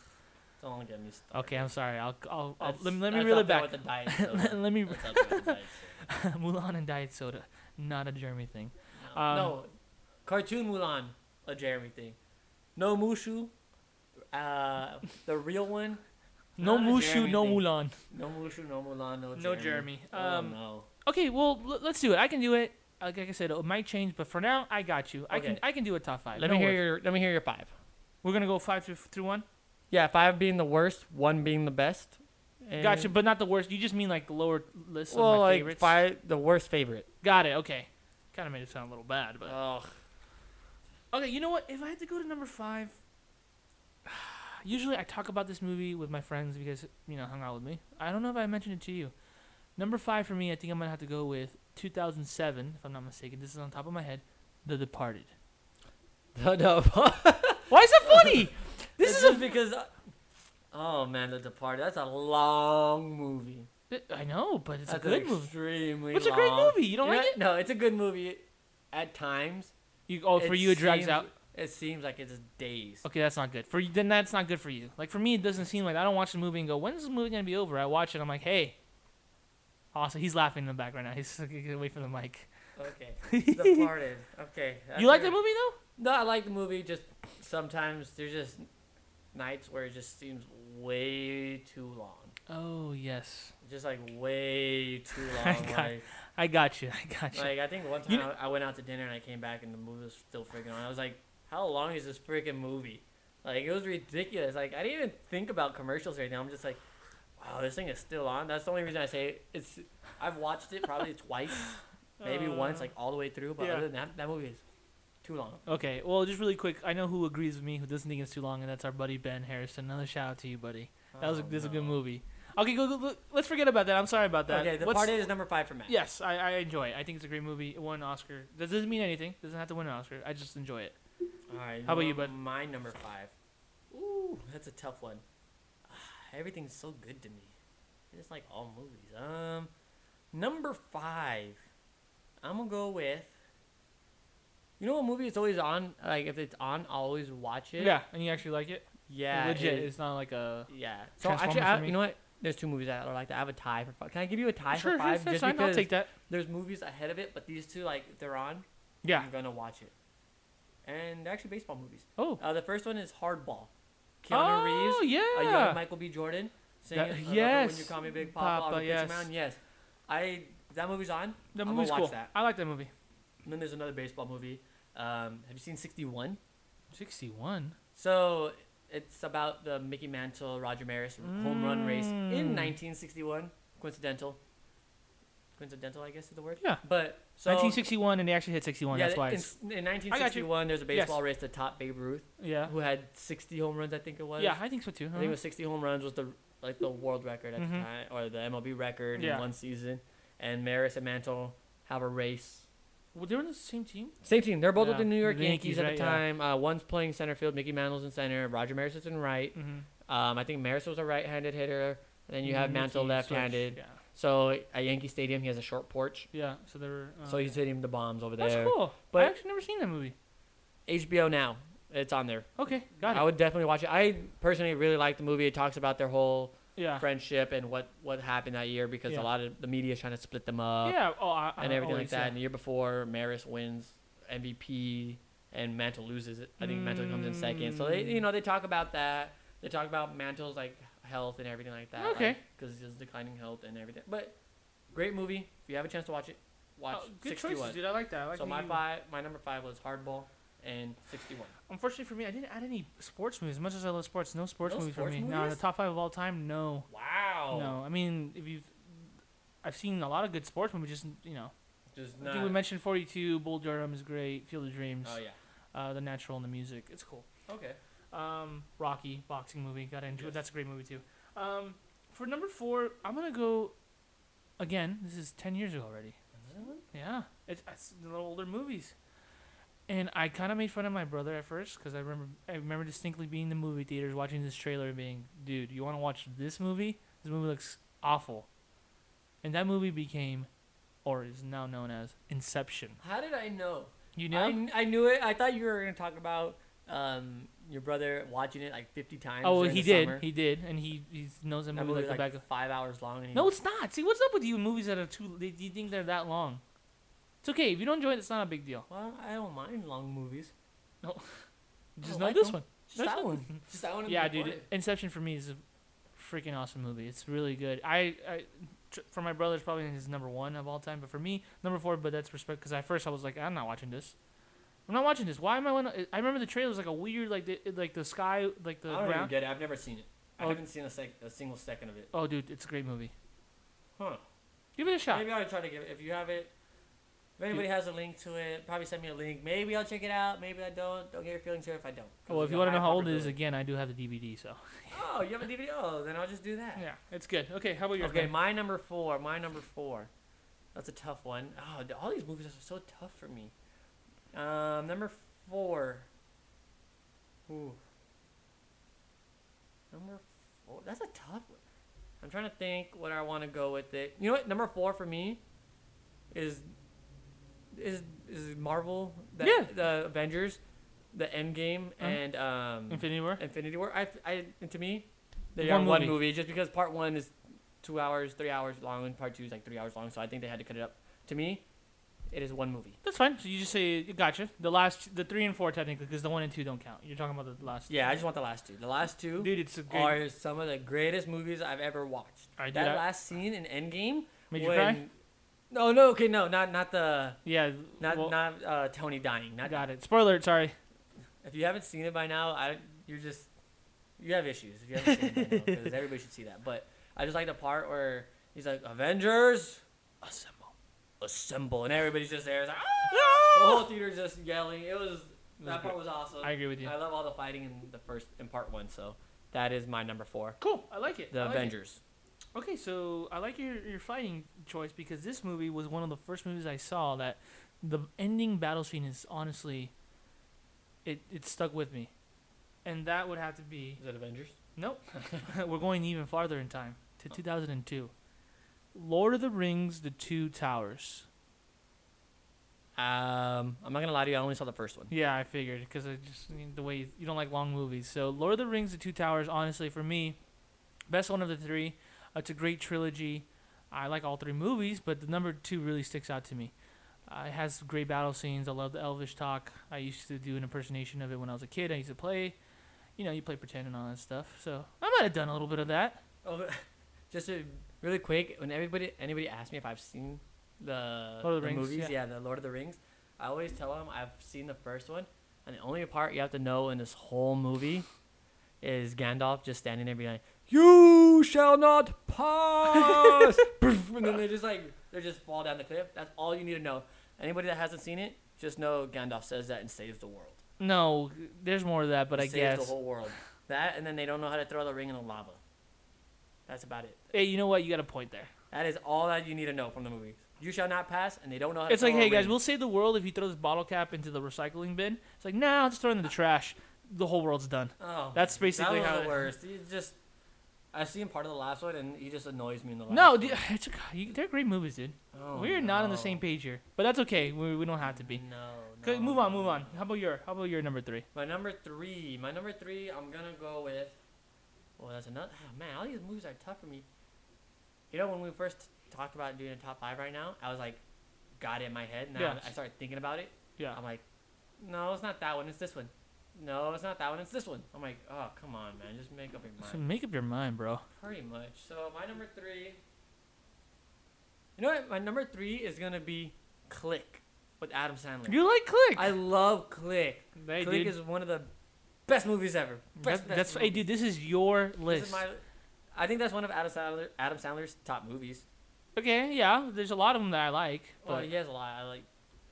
Speaker 2: Don't get me started.
Speaker 1: Okay, I'm sorry. I'll, I'll, I'll
Speaker 2: That's-
Speaker 1: let, me- let me
Speaker 2: that's
Speaker 1: reel
Speaker 2: up
Speaker 1: it
Speaker 2: there
Speaker 1: back.
Speaker 2: with the diet
Speaker 1: let,
Speaker 2: soda.
Speaker 1: let me
Speaker 2: That's up there with the diet soda.
Speaker 1: Mulan and diet soda, not a Jeremy thing.
Speaker 2: No,
Speaker 1: Um,
Speaker 2: no, cartoon Mulan, a Jeremy thing. No Mushu, uh, the real one.
Speaker 1: No
Speaker 2: Not a
Speaker 1: Mushu,
Speaker 2: Jeremy
Speaker 1: no
Speaker 2: thing.
Speaker 1: Mulan.
Speaker 2: No Mushu, no Mulan, no Jeremy.
Speaker 1: No Jeremy. Um,
Speaker 2: oh no.
Speaker 1: Okay, well l- let's do it. I can do it. Uh, Like, like I said, it might change, but for now, I got you. I can
Speaker 2: Okay.
Speaker 1: I can do a top five.
Speaker 2: Let
Speaker 1: Don't
Speaker 2: me hear
Speaker 1: worry.
Speaker 2: your. Let me hear your five.
Speaker 1: We're gonna go five through through one.
Speaker 2: Yeah, five being the worst, one being the best. and-
Speaker 1: Gotcha, but not the worst. You just mean like the lower list
Speaker 2: Well,
Speaker 1: of my
Speaker 2: like
Speaker 1: favorites.
Speaker 2: five, the worst favorite.
Speaker 1: Got it. Okay. Kind of made it sound a little bad, but
Speaker 2: Ugh.
Speaker 1: okay. You know what? If I had to go to number five, usually I talk about this movie with my friends because you know hung out with me. I don't know if I mentioned it to you. Number five for me, I think I'm gonna have to go with 2007, if I'm not mistaken. This is on top of my head, The Departed.
Speaker 2: The, the,
Speaker 1: Why is that funny? This
Speaker 2: this is
Speaker 1: is a.
Speaker 2: just because. uh, oh man, The Departed. That's a long movie.
Speaker 1: I know, but it's a
Speaker 2: That's
Speaker 1: good
Speaker 2: an
Speaker 1: movie.
Speaker 2: Extremely.
Speaker 1: It's a great
Speaker 2: long-
Speaker 1: movie. You don't
Speaker 2: know
Speaker 1: like
Speaker 2: what? No, it's a good movie. At times.
Speaker 1: You, oh, for you it drags
Speaker 2: seems-
Speaker 1: out.
Speaker 2: It seems like it's days.
Speaker 1: Okay, that's not good. For you, then that's not good for you. Like for me, it doesn't seem like I don't watch the movie and go, "When's this movie gonna be over?" I watch it. I'm like, "Hey." Also, he's laughing in the back right now. He's getting away from the mic.
Speaker 2: Okay. Departed. Okay.
Speaker 1: you like that movie though?
Speaker 2: No, I like the movie. Just sometimes there's just nights where it just seems way too long.
Speaker 1: Oh yes,
Speaker 2: Just like way too
Speaker 1: I
Speaker 2: long.
Speaker 1: got-
Speaker 2: like,
Speaker 1: I got you. I got you.
Speaker 2: like I think one time
Speaker 1: You
Speaker 2: I I went out to dinner and I came back and the movie was still freaking on. I was like, how long is this freaking movie? Like it was ridiculous. Like I didn't even think about commercials or anything. I'm just like, wow, this thing is still on. That's the only reason I say it's. I've watched it probably twice, maybe
Speaker 1: Uh,
Speaker 2: once, like all the way through. But
Speaker 1: yeah.
Speaker 2: other than that, that movie is too long.
Speaker 1: Okay, well, just really quick, I know who agrees with me, who doesn't think it's too long, and that's our buddy Ben Harrison. Another shout out to you, buddy. That was a,
Speaker 2: Oh,
Speaker 1: this is a
Speaker 2: no.
Speaker 1: good movie. Okay, go, go, go- Let's forget about that. I'm sorry about that.
Speaker 2: Okay, the
Speaker 1: What's-
Speaker 2: part is number five for Matt.
Speaker 1: Yes, I, I enjoy it. I think it's a great movie. It won an Oscar. That doesn't mean anything. doesn't have to win an Oscar. I just enjoy it.
Speaker 2: All right.
Speaker 1: How about you,
Speaker 2: know
Speaker 1: bud?
Speaker 2: My number five. Ooh, that's a tough one. Ah, Everything's so good to me. I just like all movies. Um, number five. I'm gonna go with. You know what movie it's always on? Like if it's on, I always watch it.
Speaker 1: Yeah, and you actually like it.
Speaker 2: Yeah.
Speaker 1: legit.
Speaker 2: it-
Speaker 1: it's not like a.
Speaker 2: yeah. So
Speaker 1: Transformers
Speaker 2: actually, I,
Speaker 1: for me.
Speaker 2: you know what? There's two movies that I like. That I have a tie for five. Can I give you a tie
Speaker 1: Sure,
Speaker 2: for five?
Speaker 1: that's
Speaker 2: Just
Speaker 1: fine. I'll
Speaker 2: because
Speaker 1: take that.
Speaker 2: there's movies ahead of it, but these two, like, if they're on.
Speaker 1: Yeah.
Speaker 2: I'm gonna watch it. And they're actually baseball movies.
Speaker 1: Oh.
Speaker 2: Uh, the first one is Hardball. Keanu
Speaker 1: Oh
Speaker 2: Reeves, a
Speaker 1: yeah.
Speaker 2: young Michael B. Jordan singing
Speaker 1: That-
Speaker 2: "Remember
Speaker 1: yes.
Speaker 2: When You Call Me Big Papa,
Speaker 1: Papa,
Speaker 2: on the
Speaker 1: yes.
Speaker 2: yes. Mound. Yes, I that movie's on.
Speaker 1: the
Speaker 2: I'm gonna
Speaker 1: movie's
Speaker 2: watch
Speaker 1: cool.
Speaker 2: that.
Speaker 1: I like that movie.
Speaker 2: And then there's another baseball movie. Um, have you seen 61?
Speaker 1: Sixty-one.
Speaker 2: So it's about the Mickey Mantle Roger Maris home run race in
Speaker 1: Mm.
Speaker 2: 1961. Coincidental. Coincidental, I guess is the word.
Speaker 1: Yeah.
Speaker 2: But so
Speaker 1: Nineteen sixty-one, and they actually hit sixty-one.
Speaker 2: yeah,
Speaker 1: that's why.
Speaker 2: in,
Speaker 1: it's-
Speaker 2: in 1961 there's a baseball race to top Babe Ruth.
Speaker 1: yeah.
Speaker 2: who had 60 home runs, I think it was.
Speaker 1: Yeah, Uh-huh. I think so too.
Speaker 2: I think it was 60 home runs was the like the world record at the
Speaker 1: Mhm.
Speaker 2: time or the MLB record
Speaker 1: Yeah.
Speaker 2: in one season. And Maris and Mantle have a race.
Speaker 1: Well, they're on the same team.
Speaker 2: Same team. They're both with
Speaker 1: Yeah,
Speaker 2: the New York
Speaker 1: the Yankees,
Speaker 2: Yankees, at
Speaker 1: right,
Speaker 2: the
Speaker 1: yeah.
Speaker 2: time. Uh, one's playing center field. Mickey Mantle's in center. Roger Maris is in right.
Speaker 1: Mm-hmm.
Speaker 2: Um, I think Maris was a right-handed hitter. And then you have Mantle left-handed.
Speaker 1: Yeah.
Speaker 2: So at Yankee Stadium, he has a short porch.
Speaker 1: Yeah. So they were. Uh,
Speaker 2: so he's hitting the bombs over
Speaker 1: That's
Speaker 2: there.
Speaker 1: cool. I
Speaker 2: But-
Speaker 1: actually never seen that movie.
Speaker 2: HBO now. It's on there.
Speaker 1: Okay, got it.
Speaker 2: I would definitely watch it. I personally really like the movie. It talks about their whole
Speaker 1: yeah.
Speaker 2: friendship and what what happened that year because
Speaker 1: Ah. Yeah.
Speaker 2: a lot of the media is trying to split them up
Speaker 1: yeah. Oh, I, I
Speaker 2: and everything
Speaker 1: always,
Speaker 2: like that.
Speaker 1: yeah.
Speaker 2: And the year before, Maris wins MVP and Mantle loses it. I think Mantle comes in second. So they you know they talk about that. They talk about Mantle's like health and everything like that.
Speaker 1: Okay.
Speaker 2: Because his declining health and everything. But great movie. If you have a chance to watch it, watch
Speaker 1: Oh, good
Speaker 2: 61.
Speaker 1: choices, dude. I like that. I like
Speaker 2: so
Speaker 1: that
Speaker 2: my
Speaker 1: you-
Speaker 2: five, my number five was Hardball and 61.
Speaker 1: Unfortunately for me, I didn't add any sports movies. As much as I love sports, no sports
Speaker 2: No
Speaker 1: movies
Speaker 2: sports
Speaker 1: for me. No, the
Speaker 2: movies? Oh.
Speaker 1: top five of all time, no,
Speaker 2: Wow.
Speaker 1: no. I mean, if you've, I've seen a lot of good sports movies. Just you know,
Speaker 2: Just
Speaker 1: I
Speaker 2: not.
Speaker 1: think we mentioned Forty Two, Bull Durham is great, Field of Dreams,
Speaker 2: oh yeah.
Speaker 1: uh, The Natural, and the music. It's cool.
Speaker 2: Okay.
Speaker 1: Um, Rocky boxing movie. Gotta enjoy.
Speaker 2: Yes.
Speaker 1: That's a great movie too. Um, for number four, I'm gonna go. Again, this is ten years ago already.
Speaker 2: Another one?
Speaker 1: Yeah, it's, it's the little older movies. And I kind of made fun of my brother at first because I remember I remember distinctly being in the movie theaters watching this trailer and being, dude, you want to watch this movie? This movie looks awful. And that movie became, or is now known as Inception.
Speaker 2: How did I know?
Speaker 1: You
Speaker 2: I,
Speaker 1: know?
Speaker 2: kn- I knew it. I thought you were gonna talk about um, your brother watching it like fifty times.
Speaker 1: oh, well,
Speaker 2: during
Speaker 1: he
Speaker 2: the
Speaker 1: did.
Speaker 2: summer.
Speaker 1: He did, and he, he knows that
Speaker 2: that
Speaker 1: movie
Speaker 2: movie
Speaker 1: like
Speaker 2: was,
Speaker 1: the
Speaker 2: like,
Speaker 1: back of.
Speaker 2: five hours long. And he,
Speaker 1: No, it's not. See, what's up with you? in Movies that are too. They, you think they're that long? It's okay if you don't enjoy it. It's not a big deal.
Speaker 2: well, I don't mind long movies.
Speaker 1: Just
Speaker 2: Oh,
Speaker 1: not
Speaker 2: I
Speaker 1: this
Speaker 2: don't-
Speaker 1: one.
Speaker 2: Just
Speaker 1: There's
Speaker 2: that
Speaker 1: no-
Speaker 2: one. Just that one. and
Speaker 1: yeah,
Speaker 2: The
Speaker 1: dude.
Speaker 2: Departed.
Speaker 1: Inception for me is a freaking awesome movie. It's really good. I, I tr- for my brother, it's probably his number one of all time. But for me, number four. But that's respect because at first I was like, I'm not watching this. I'm not watching this. Why am I? Wanna, I remember the trailer was like a weird, like the like the sky, like the
Speaker 2: I don't even
Speaker 1: ground.
Speaker 2: get it. I've never seen it. I
Speaker 1: Oh.
Speaker 2: haven't seen a, sec- a single second of it.
Speaker 1: Oh, dude, it's a great movie.
Speaker 2: Huh?
Speaker 1: Give it a shot.
Speaker 2: Maybe I'll try to give. it. If you have it, if anybody has a link to it, probably send me a link. Maybe I'll check it out. Maybe I don't. Don't get your feelings hurt if I don't. 'cause
Speaker 1: well, if
Speaker 2: there's
Speaker 1: you
Speaker 2: a
Speaker 1: want to know
Speaker 2: high
Speaker 1: how old it is,
Speaker 2: probability.
Speaker 1: again, I do have the DVD. So
Speaker 2: oh, you have a DVD. Oh, then I'll just do that.
Speaker 1: yeah, it's good. Okay, how about your
Speaker 2: Okay, my number four. My number four. That's a tough one. Oh, th- all these movies are so tough for me. Um, number four. Ooh. Number four. That's a tough one. I'm trying to think what I want to go with it. You know what? Number four for me is is is Marvel. The,
Speaker 1: Yeah.
Speaker 2: The Avengers, the Endgame,
Speaker 1: Uh-huh.
Speaker 2: and um,
Speaker 1: Infinity War.
Speaker 2: Infinity War. I, I and to me, they
Speaker 1: One
Speaker 2: are one
Speaker 1: movie.
Speaker 2: movie. Just because part one is two hours, three hours long, and part two is like three hours long. So I think they had to cut it up. To me, it is one movie.
Speaker 1: That's fine. So you just say gotcha. The last, the three and four technically, because the one and two don't count. You're talking about the last.
Speaker 2: Yeah, I just want the last two. The last two.
Speaker 1: Dude, it's a great.
Speaker 2: are some of the greatest movies I've ever watched.
Speaker 1: I do
Speaker 2: that
Speaker 1: that.
Speaker 2: last scene in Endgame.
Speaker 1: Made you cry?
Speaker 2: No, no, okay, no, not not the
Speaker 1: Yeah.
Speaker 2: not
Speaker 1: well,
Speaker 2: not uh, Tony dying. Not
Speaker 1: got it. Spoiler alert. Sorry.
Speaker 2: if you haven't seen it by now, I you're just you have issues. If you haven't seen it by now, 'cause everybody should see that. But I just like the part where he's like Avengers assemble, assemble, and everybody's just there. It's like, "Ah!" The whole theater's just yelling. It was
Speaker 1: was
Speaker 2: that part
Speaker 1: great.
Speaker 2: was awesome.
Speaker 1: I agree with you.
Speaker 2: I love all the fighting in the first in part one. So that is my number four.
Speaker 1: Cool. I like it.
Speaker 2: The
Speaker 1: I like it.
Speaker 2: Avengers.
Speaker 1: Okay, so I like your your fighting choice because this movie was one of the first movies I saw that the ending battle scene is honestly it it stuck with me. And that would have to be
Speaker 2: Is it Avengers?
Speaker 1: Nope. We're going even farther in time to 2002. Lord of the Rings: The Two Towers.
Speaker 2: Um, I'm not gonna lie to you. I only saw the first one.
Speaker 1: Yeah, I figured because I just I mean, the way you, you don't like long movies. So Lord of the Rings: The Two Towers. Honestly, for me, best one of the three. It's a great trilogy. I like all three movies, but the number two really sticks out to me. Uh, it has great battle scenes. I love the Elvish talk. I used to do an impersonation of it when I was a kid. I used to play. You know, you play pretend and all that stuff. So I might have done a little bit of that.
Speaker 2: Oh, just to, really quick. When everybody anybody asks me if I've seen the,
Speaker 1: Lord of the Rings,
Speaker 2: movies,
Speaker 1: yeah.
Speaker 2: yeah. the Lord of the Rings, I always tell them I've seen the first one, and the only part you have to know in this whole movie is Gandalf just standing there being like, "You shall not pass," and then they just like they just fall down the cliff. That's all you need to know. Anybody that hasn't seen it, just know Gandalf says that and saves the world.
Speaker 1: No, there's more of that, but
Speaker 2: He
Speaker 1: I
Speaker 2: saves
Speaker 1: guess.
Speaker 2: the whole world. That and then they don't know how to throw the ring in the lava. That's about it.
Speaker 1: hey, you know what? You got a point there.
Speaker 2: That is all that you need to know from the movie. You shall not pass, and they don't know how.
Speaker 1: It's
Speaker 2: to
Speaker 1: like,
Speaker 2: throw
Speaker 1: hey
Speaker 2: a
Speaker 1: guys,
Speaker 2: ring.
Speaker 1: we'll save the world if you throw this bottle cap into the recycling bin. It's like, nah, I'll just throw it in the trash. The whole world's done.
Speaker 2: Oh,
Speaker 1: That's basically
Speaker 2: that was
Speaker 1: how.
Speaker 2: the
Speaker 1: it-
Speaker 2: worst. You just. I've seen part of the last one, and he just annoys me in the last.
Speaker 1: No,
Speaker 2: one.
Speaker 1: dude, it's okay. You- they're great movies, dude.
Speaker 2: Oh,
Speaker 1: We're not on the
Speaker 2: no.
Speaker 1: same page here, but that's okay. We, we don't have to
Speaker 2: No,
Speaker 1: be.
Speaker 2: no.
Speaker 1: Okay, move on, move on. How about your How about your number three?
Speaker 2: My number three. My number three. I'm gonna go with. Well, that's another. Oh, man, all these movies are tough for me. You know, when we first talked about doing a top five right now, I was like, got it in my head. Now
Speaker 1: Yes.
Speaker 2: I started thinking about it.
Speaker 1: Yeah.
Speaker 2: I'm like, no, it's not that one. It's this one. No, it's not that one. It's this one. I'm like, oh, come on, man. Just make up your
Speaker 1: So
Speaker 2: mind.
Speaker 1: make up your mind, bro.
Speaker 2: Pretty much. So my number three. You know what? My number three is gonna be Click with Adam Sandler.
Speaker 1: You like Click?
Speaker 2: I love Click.
Speaker 1: hey,
Speaker 2: Click
Speaker 1: dude,
Speaker 2: is one of the best movies ever. Best,
Speaker 1: that-
Speaker 2: best
Speaker 1: that's hey,
Speaker 2: movies.
Speaker 1: dude. This is your
Speaker 2: This
Speaker 1: list.
Speaker 2: is my- I think that's one of Adam Sandler, Adam Sandler's top movies.
Speaker 1: okay, yeah. There's a lot of them that I like, but
Speaker 2: Well, he has a lot. I like.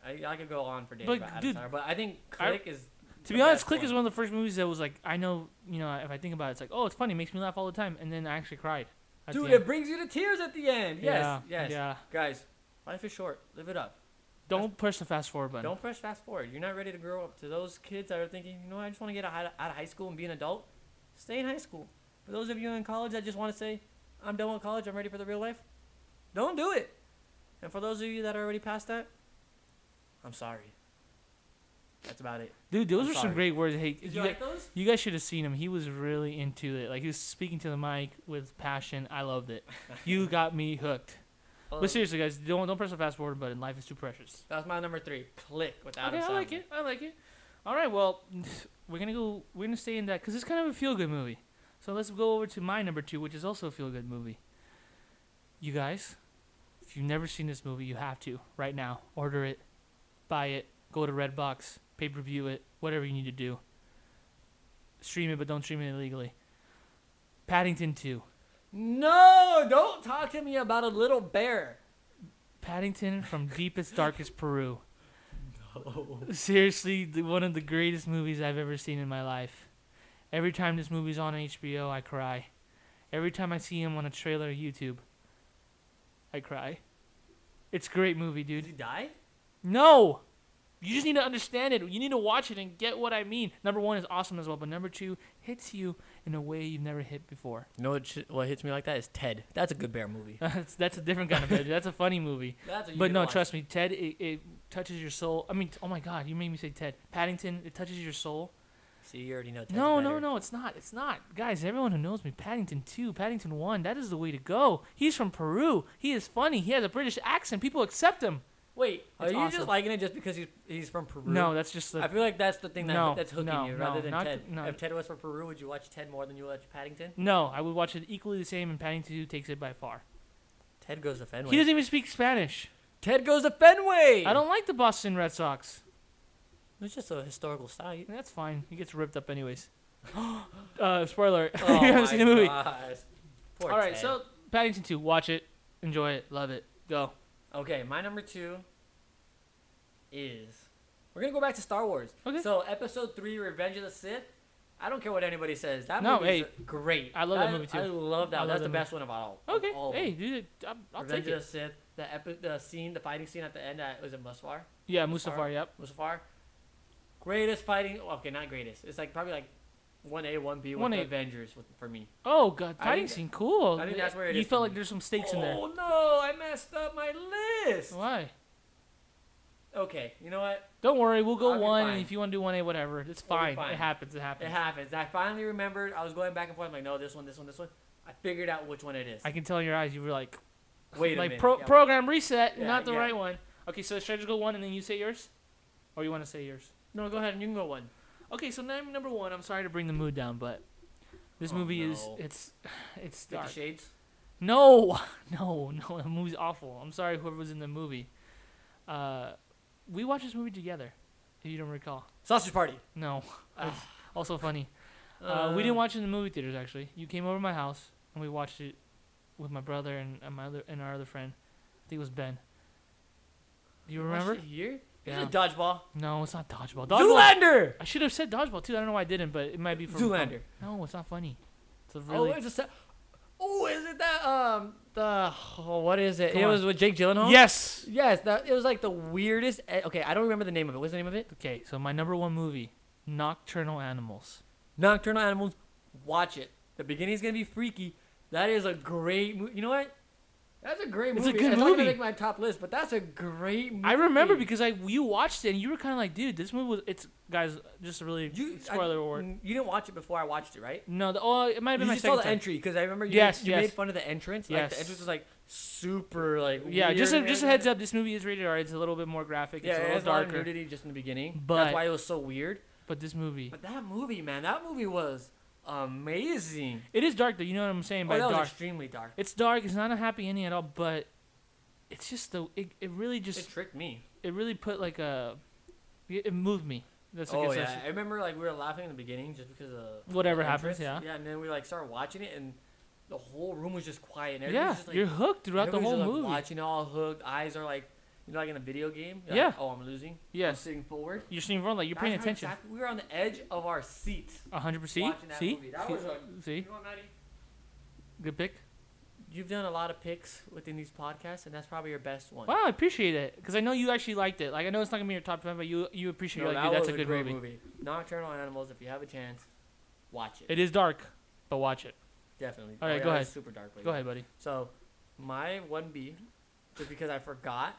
Speaker 2: I, I could go on for days
Speaker 1: But,
Speaker 2: about Adam
Speaker 1: dude,
Speaker 2: Sandler, but I think
Speaker 1: I-
Speaker 2: Click is.
Speaker 1: To
Speaker 2: the
Speaker 1: be honest,
Speaker 2: best
Speaker 1: Click
Speaker 2: one.
Speaker 1: is one of the first movies that was like, I know, you know, if I think about it, it's like, oh, it's funny, it makes me laugh all the time, and then I actually cried. at the
Speaker 2: Dude,
Speaker 1: end.
Speaker 2: it brings you to tears at the end. Yes,
Speaker 1: yeah,
Speaker 2: yes.
Speaker 1: yeah.
Speaker 2: Guys, life is short. Live it up.
Speaker 1: Don't push the fast forward button.
Speaker 2: Don't press fast forward. You're not ready to grow up. To those kids that are thinking, you know, I just want to get out out of high school and be an adult, stay in high school. For those of you in college that just want to say, I'm done with college, I'm ready for the real life, don't do it. And for those of you that are already past that, I'm sorry. That's about it.
Speaker 1: dude, those
Speaker 2: I'm
Speaker 1: are some
Speaker 2: sorry.
Speaker 1: great words. Hey, you,
Speaker 2: Did you
Speaker 1: guy-
Speaker 2: like those?
Speaker 1: you guys should have seen him. He was really into it. Like he was speaking to the mic with passion. I loved it. you got me hooked.
Speaker 2: Well,
Speaker 1: But seriously, guys, don't don't press the fast forward button. Life is too precious.
Speaker 2: That's my number three. Click with Adam
Speaker 1: Okay, I like
Speaker 2: Sandler.
Speaker 1: it. I like it. All right, well, we're gonna go. We're gonna stay in that because it's kind of a feel good movie. So let's go over to my number two, which is also a feel good movie. You guys, if you've never seen this movie, you have to right now. Order it, buy it, go to Redbox, pay per view it, whatever you need to do. Stream it, but don't stream it illegally. Paddington Two.
Speaker 2: No, don't talk to me about a little bear.
Speaker 1: Paddington from deepest darkest Peru. Seriously, the, one of the greatest movies I've ever seen in my life. Every time this movie's on HBO, I cry. Every time I see him on a trailer or YouTube, I cry. It's a great movie,
Speaker 2: Did
Speaker 1: dude.
Speaker 2: he die?
Speaker 1: No, You just need to understand it. You need to watch it and get what I mean. Number one is awesome as well, but number two hits you in a way you've never hit before.
Speaker 2: You know what, sh- what hits me like that is Ted. That's a good bear movie.
Speaker 1: That's that's a different kind of movie. That's a funny movie.
Speaker 2: That's what you
Speaker 1: But
Speaker 2: can
Speaker 1: no,
Speaker 2: watch.
Speaker 1: trust me, Ted. It, it touches your soul. I mean, t- oh my God, you made me say Ted. Paddington. It touches your soul.
Speaker 2: See, you already know. Ted's
Speaker 1: No, no,
Speaker 2: better.
Speaker 1: no, it's not. It's not. Guys, everyone who knows me, Paddington 2, Paddington 1, that is the way to go. He's from Peru. He is funny. He has a British accent. People accept him.
Speaker 2: Wait, are
Speaker 1: It's
Speaker 2: you
Speaker 1: awesome.
Speaker 2: just liking it just because he's he's from Peru?
Speaker 1: No, that's just
Speaker 2: I
Speaker 1: the.
Speaker 2: feel like that's the thing that
Speaker 1: No,
Speaker 2: that's hooking
Speaker 1: no,
Speaker 2: you
Speaker 1: no,
Speaker 2: rather than
Speaker 1: not
Speaker 2: Ted.
Speaker 1: th- no.
Speaker 2: If Ted was from Peru, would you watch Ted more than you watch Paddington?
Speaker 1: No, I would watch it equally the same, and Paddington 2 takes it by far.
Speaker 2: Ted goes to Fenway.
Speaker 1: He doesn't even speak Spanish.
Speaker 2: Ted goes to Fenway.
Speaker 1: I don't like the Boston Red Sox.
Speaker 2: It's just a historical site.
Speaker 1: That's fine. He gets ripped up anyways. uh, spoiler. alert.
Speaker 2: Oh
Speaker 1: you haven't
Speaker 2: my
Speaker 1: seen the movie.
Speaker 2: gosh. Poor
Speaker 1: All right,
Speaker 2: Ted.
Speaker 1: so Paddington 2, watch it, enjoy it, love it. Go.
Speaker 2: okay, my number two is we're gonna go back to Star Wars.
Speaker 1: Okay.
Speaker 2: So Episode Three, Revenge of the Sith. I don't care what anybody says. That
Speaker 1: No,
Speaker 2: movie
Speaker 1: hey.
Speaker 2: is great.
Speaker 1: I love that movie, too.
Speaker 2: I love that.
Speaker 1: I love
Speaker 2: That's
Speaker 1: that
Speaker 2: the
Speaker 1: movie.
Speaker 2: best one of all. of
Speaker 1: Okay.
Speaker 2: all of them.
Speaker 1: Hey, dude, I'll, I'll
Speaker 2: Revenge
Speaker 1: take
Speaker 2: of
Speaker 1: it.
Speaker 2: the Sith, the epi- the scene, the fighting scene at the end that was in Mustafar.
Speaker 1: Yeah,
Speaker 2: Mustafar.
Speaker 1: Mustafar, yep.
Speaker 2: Mustafar, greatest fighting. oh, Okay, not greatest. It's like probably like one A, one B with
Speaker 1: 1A.
Speaker 2: the Avengers with, for me.
Speaker 1: Oh god,
Speaker 2: I
Speaker 1: fighting
Speaker 2: think-
Speaker 1: scene, cool.
Speaker 2: I think that's where it
Speaker 1: you
Speaker 2: is for
Speaker 1: felt like
Speaker 2: me.
Speaker 1: there's some stakes in there.
Speaker 2: Oh no, I messed up my list.
Speaker 1: Why?
Speaker 2: Okay, you know what?
Speaker 1: Don't worry, we'll go
Speaker 2: I'll be
Speaker 1: one,
Speaker 2: fine.
Speaker 1: and if you want to do one A, whatever, it's
Speaker 2: We'll be
Speaker 1: fine.
Speaker 2: fine.
Speaker 1: It happens. It happens.
Speaker 2: It happens. I finally remembered. I was going back and forth. I'm like, no, this one, this one, this one. I figured out which one it is.
Speaker 1: I can tell in your eyes you were like,
Speaker 2: Wait a
Speaker 1: like
Speaker 2: minute.
Speaker 1: pro-
Speaker 2: yeah.
Speaker 1: program reset,
Speaker 2: Yeah,
Speaker 1: not the
Speaker 2: yeah.
Speaker 1: right one. Okay, so should I just go one and then you say yours, or you want to say yours?
Speaker 2: no, go ahead. You can go one.
Speaker 1: Okay, so name number one. I'm sorry to bring the mood down, but this
Speaker 2: Oh,
Speaker 1: movie is
Speaker 2: no.
Speaker 1: it's it's dark.
Speaker 2: Fifty Shades.
Speaker 1: No, no, no. The movie's awful. I'm sorry, whoever was in the movie. Uh, we watched this movie together. If you don't recall,
Speaker 2: Sausage Party.
Speaker 1: no.
Speaker 2: Ah.
Speaker 1: also funny. Uh, we didn't watch it in the movie theaters actually. You came over to my house and we watched it with my brother and, and my other and our other friend. I think it was Ben. Do you
Speaker 2: watched
Speaker 1: remember?
Speaker 2: it here?
Speaker 1: Yeah.
Speaker 2: Is it Dodgeball?
Speaker 1: No, it's not dodgeball. Dodgeball.
Speaker 2: Zoolander.
Speaker 1: I should have said dodgeball too. I don't know why I didn't, but it might be from Oh,
Speaker 2: Zoolander.
Speaker 1: No, it's not funny. It's a really.
Speaker 2: Oh, it's a se- oh, is it that um the oh, what is it?
Speaker 1: Come
Speaker 2: it
Speaker 1: on.
Speaker 2: was with Jake Gyllenhaal.
Speaker 1: yes.
Speaker 2: Yes, that it was like the weirdest. eh, Okay, I don't remember the name of it. What's the name of it?
Speaker 1: Okay, so my number one movie, Nocturnal Animals.
Speaker 2: Nocturnal Animals. Watch it. The beginning's gonna be freaky. That is a great movie. You know what? That's a great
Speaker 1: It's a
Speaker 2: movie.
Speaker 1: good
Speaker 2: not
Speaker 1: movie.
Speaker 2: gonna make my top list, but that's a great movie.
Speaker 1: I remember because I you watched it and you were kind of like, dude, this movie was. It's guys, just a really
Speaker 2: you
Speaker 1: spoiler
Speaker 2: I,
Speaker 1: alert.
Speaker 2: Mm, You didn't watch it before I watched it, right?
Speaker 1: No, the, oh, it might have
Speaker 2: You
Speaker 1: been my
Speaker 2: just saw
Speaker 1: second
Speaker 2: the
Speaker 1: time.
Speaker 2: entry because I remember you,
Speaker 1: Yes,
Speaker 2: you
Speaker 1: yes.
Speaker 2: made fun of the entrance. Like
Speaker 1: Yes.
Speaker 2: the entrance was like super like
Speaker 1: Yeah, just a,
Speaker 2: weird
Speaker 1: just a
Speaker 2: and
Speaker 1: heads up. This movie is rated R. It's a little bit more graphic.
Speaker 2: Yeah,
Speaker 1: It's a
Speaker 2: it
Speaker 1: little
Speaker 2: has a lot of
Speaker 1: darker.
Speaker 2: nudity just in the beginning.
Speaker 1: But-
Speaker 2: that's why it was so weird.
Speaker 1: but this movie,
Speaker 2: But that movie, man, that movie was amazing.
Speaker 1: it is dark though. You know what I'm saying?
Speaker 2: Oh,
Speaker 1: By
Speaker 2: that
Speaker 1: dark,
Speaker 2: was extremely dark.
Speaker 1: it's dark. It's not a happy ending at all. But it's just the it, it really just
Speaker 2: It tricked me.
Speaker 1: it really put like a it, it moved me. That's like
Speaker 2: oh
Speaker 1: it's
Speaker 2: yeah,
Speaker 1: a-
Speaker 2: I remember like we were laughing in the beginning just because of
Speaker 1: Whatever
Speaker 2: the
Speaker 1: happens,
Speaker 2: entrance.
Speaker 1: yeah.
Speaker 2: Yeah, and then we like started watching it, and the whole room was just quiet. And everybody's
Speaker 1: yeah.
Speaker 2: just, like,
Speaker 1: you're hooked throughout the
Speaker 2: everybody's
Speaker 1: whole
Speaker 2: just, like,
Speaker 1: movie.
Speaker 2: Watching all hooked, eyes are like you know like in a video game. You're
Speaker 1: Yeah.
Speaker 2: Like, oh, I'm losing. I'm
Speaker 1: Yes,
Speaker 2: sitting forward.
Speaker 1: you're seeing front like you're
Speaker 2: That's
Speaker 1: paying
Speaker 2: how
Speaker 1: attention.
Speaker 2: exactly- we were on the edge of our seats.
Speaker 1: A hundred percent.
Speaker 2: watching that
Speaker 1: See,
Speaker 2: movie. That
Speaker 1: see,
Speaker 2: was a-
Speaker 1: see,
Speaker 2: You know what, Maddie?
Speaker 1: good pick.
Speaker 2: You've done a lot of picks within these podcasts, and that's probably your best one.
Speaker 1: Wow, I appreciate it because I know you actually liked it. Like I know it's not gonna be your top ten, but you you appreciate
Speaker 2: No,
Speaker 1: it. Like,
Speaker 2: that
Speaker 1: dude, that's
Speaker 2: was
Speaker 1: a good
Speaker 2: great
Speaker 1: movie.
Speaker 2: Nocturnal Animals. If you have a chance, watch it.
Speaker 1: It is dark, but watch it.
Speaker 2: Definitely. Oh,
Speaker 1: All right,
Speaker 2: yeah,
Speaker 1: go
Speaker 2: it's
Speaker 1: ahead.
Speaker 2: Super dark. but
Speaker 1: Go
Speaker 2: yeah.
Speaker 1: ahead, buddy.
Speaker 2: So, my one B, just because I forgot.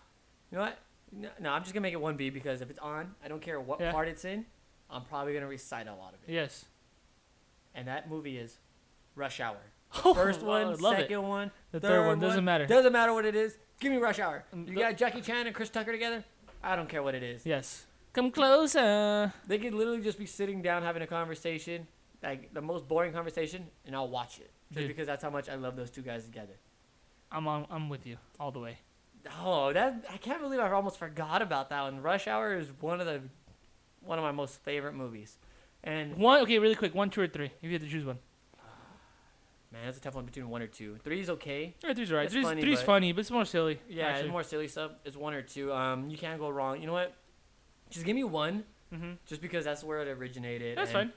Speaker 2: You know what? No, no, I'm just gonna make it one B because if it's on, I don't care what
Speaker 1: Yeah.
Speaker 2: part it's in. I'm probably gonna recite a lot of it.
Speaker 1: Yes.
Speaker 2: And that movie is Rush Hour.
Speaker 1: Oh,
Speaker 2: First
Speaker 1: I
Speaker 2: one,
Speaker 1: would love it.
Speaker 2: second one,
Speaker 1: The third one doesn't matter.
Speaker 2: Doesn't matter what it is. Give me Rush Hour.
Speaker 1: Mm,
Speaker 2: You
Speaker 1: the-
Speaker 2: got Jackie Chan and Chris Tucker together. I don't care what it is.
Speaker 1: Yes. Come closer.
Speaker 2: They could literally just be sitting down having a conversation, like the most boring conversation, and I'll watch it just
Speaker 1: Dude.
Speaker 2: because that's how much I love those two guys together.
Speaker 1: I'm on, I'm with you all the way.
Speaker 2: Oh, that I can't believe I almost forgot about that one. Rush Hour is one of the one of my most favorite movies, and
Speaker 1: One. Okay, really quick. One, two, or three. If you had to choose one.
Speaker 2: man, that's a tough one between one or two. Three is okay.
Speaker 1: All right, three's alright.
Speaker 2: It's
Speaker 1: Three's,
Speaker 2: funny,
Speaker 1: three's
Speaker 2: but-
Speaker 1: funny, but it's more silly.
Speaker 2: Yeah,
Speaker 1: actually.
Speaker 2: it's more silly stuff. It's one or two. Um, you can't go wrong. You know what? Just give me one,
Speaker 1: Mhm.
Speaker 2: just because that's where it originated.
Speaker 1: That's
Speaker 2: and
Speaker 1: fine.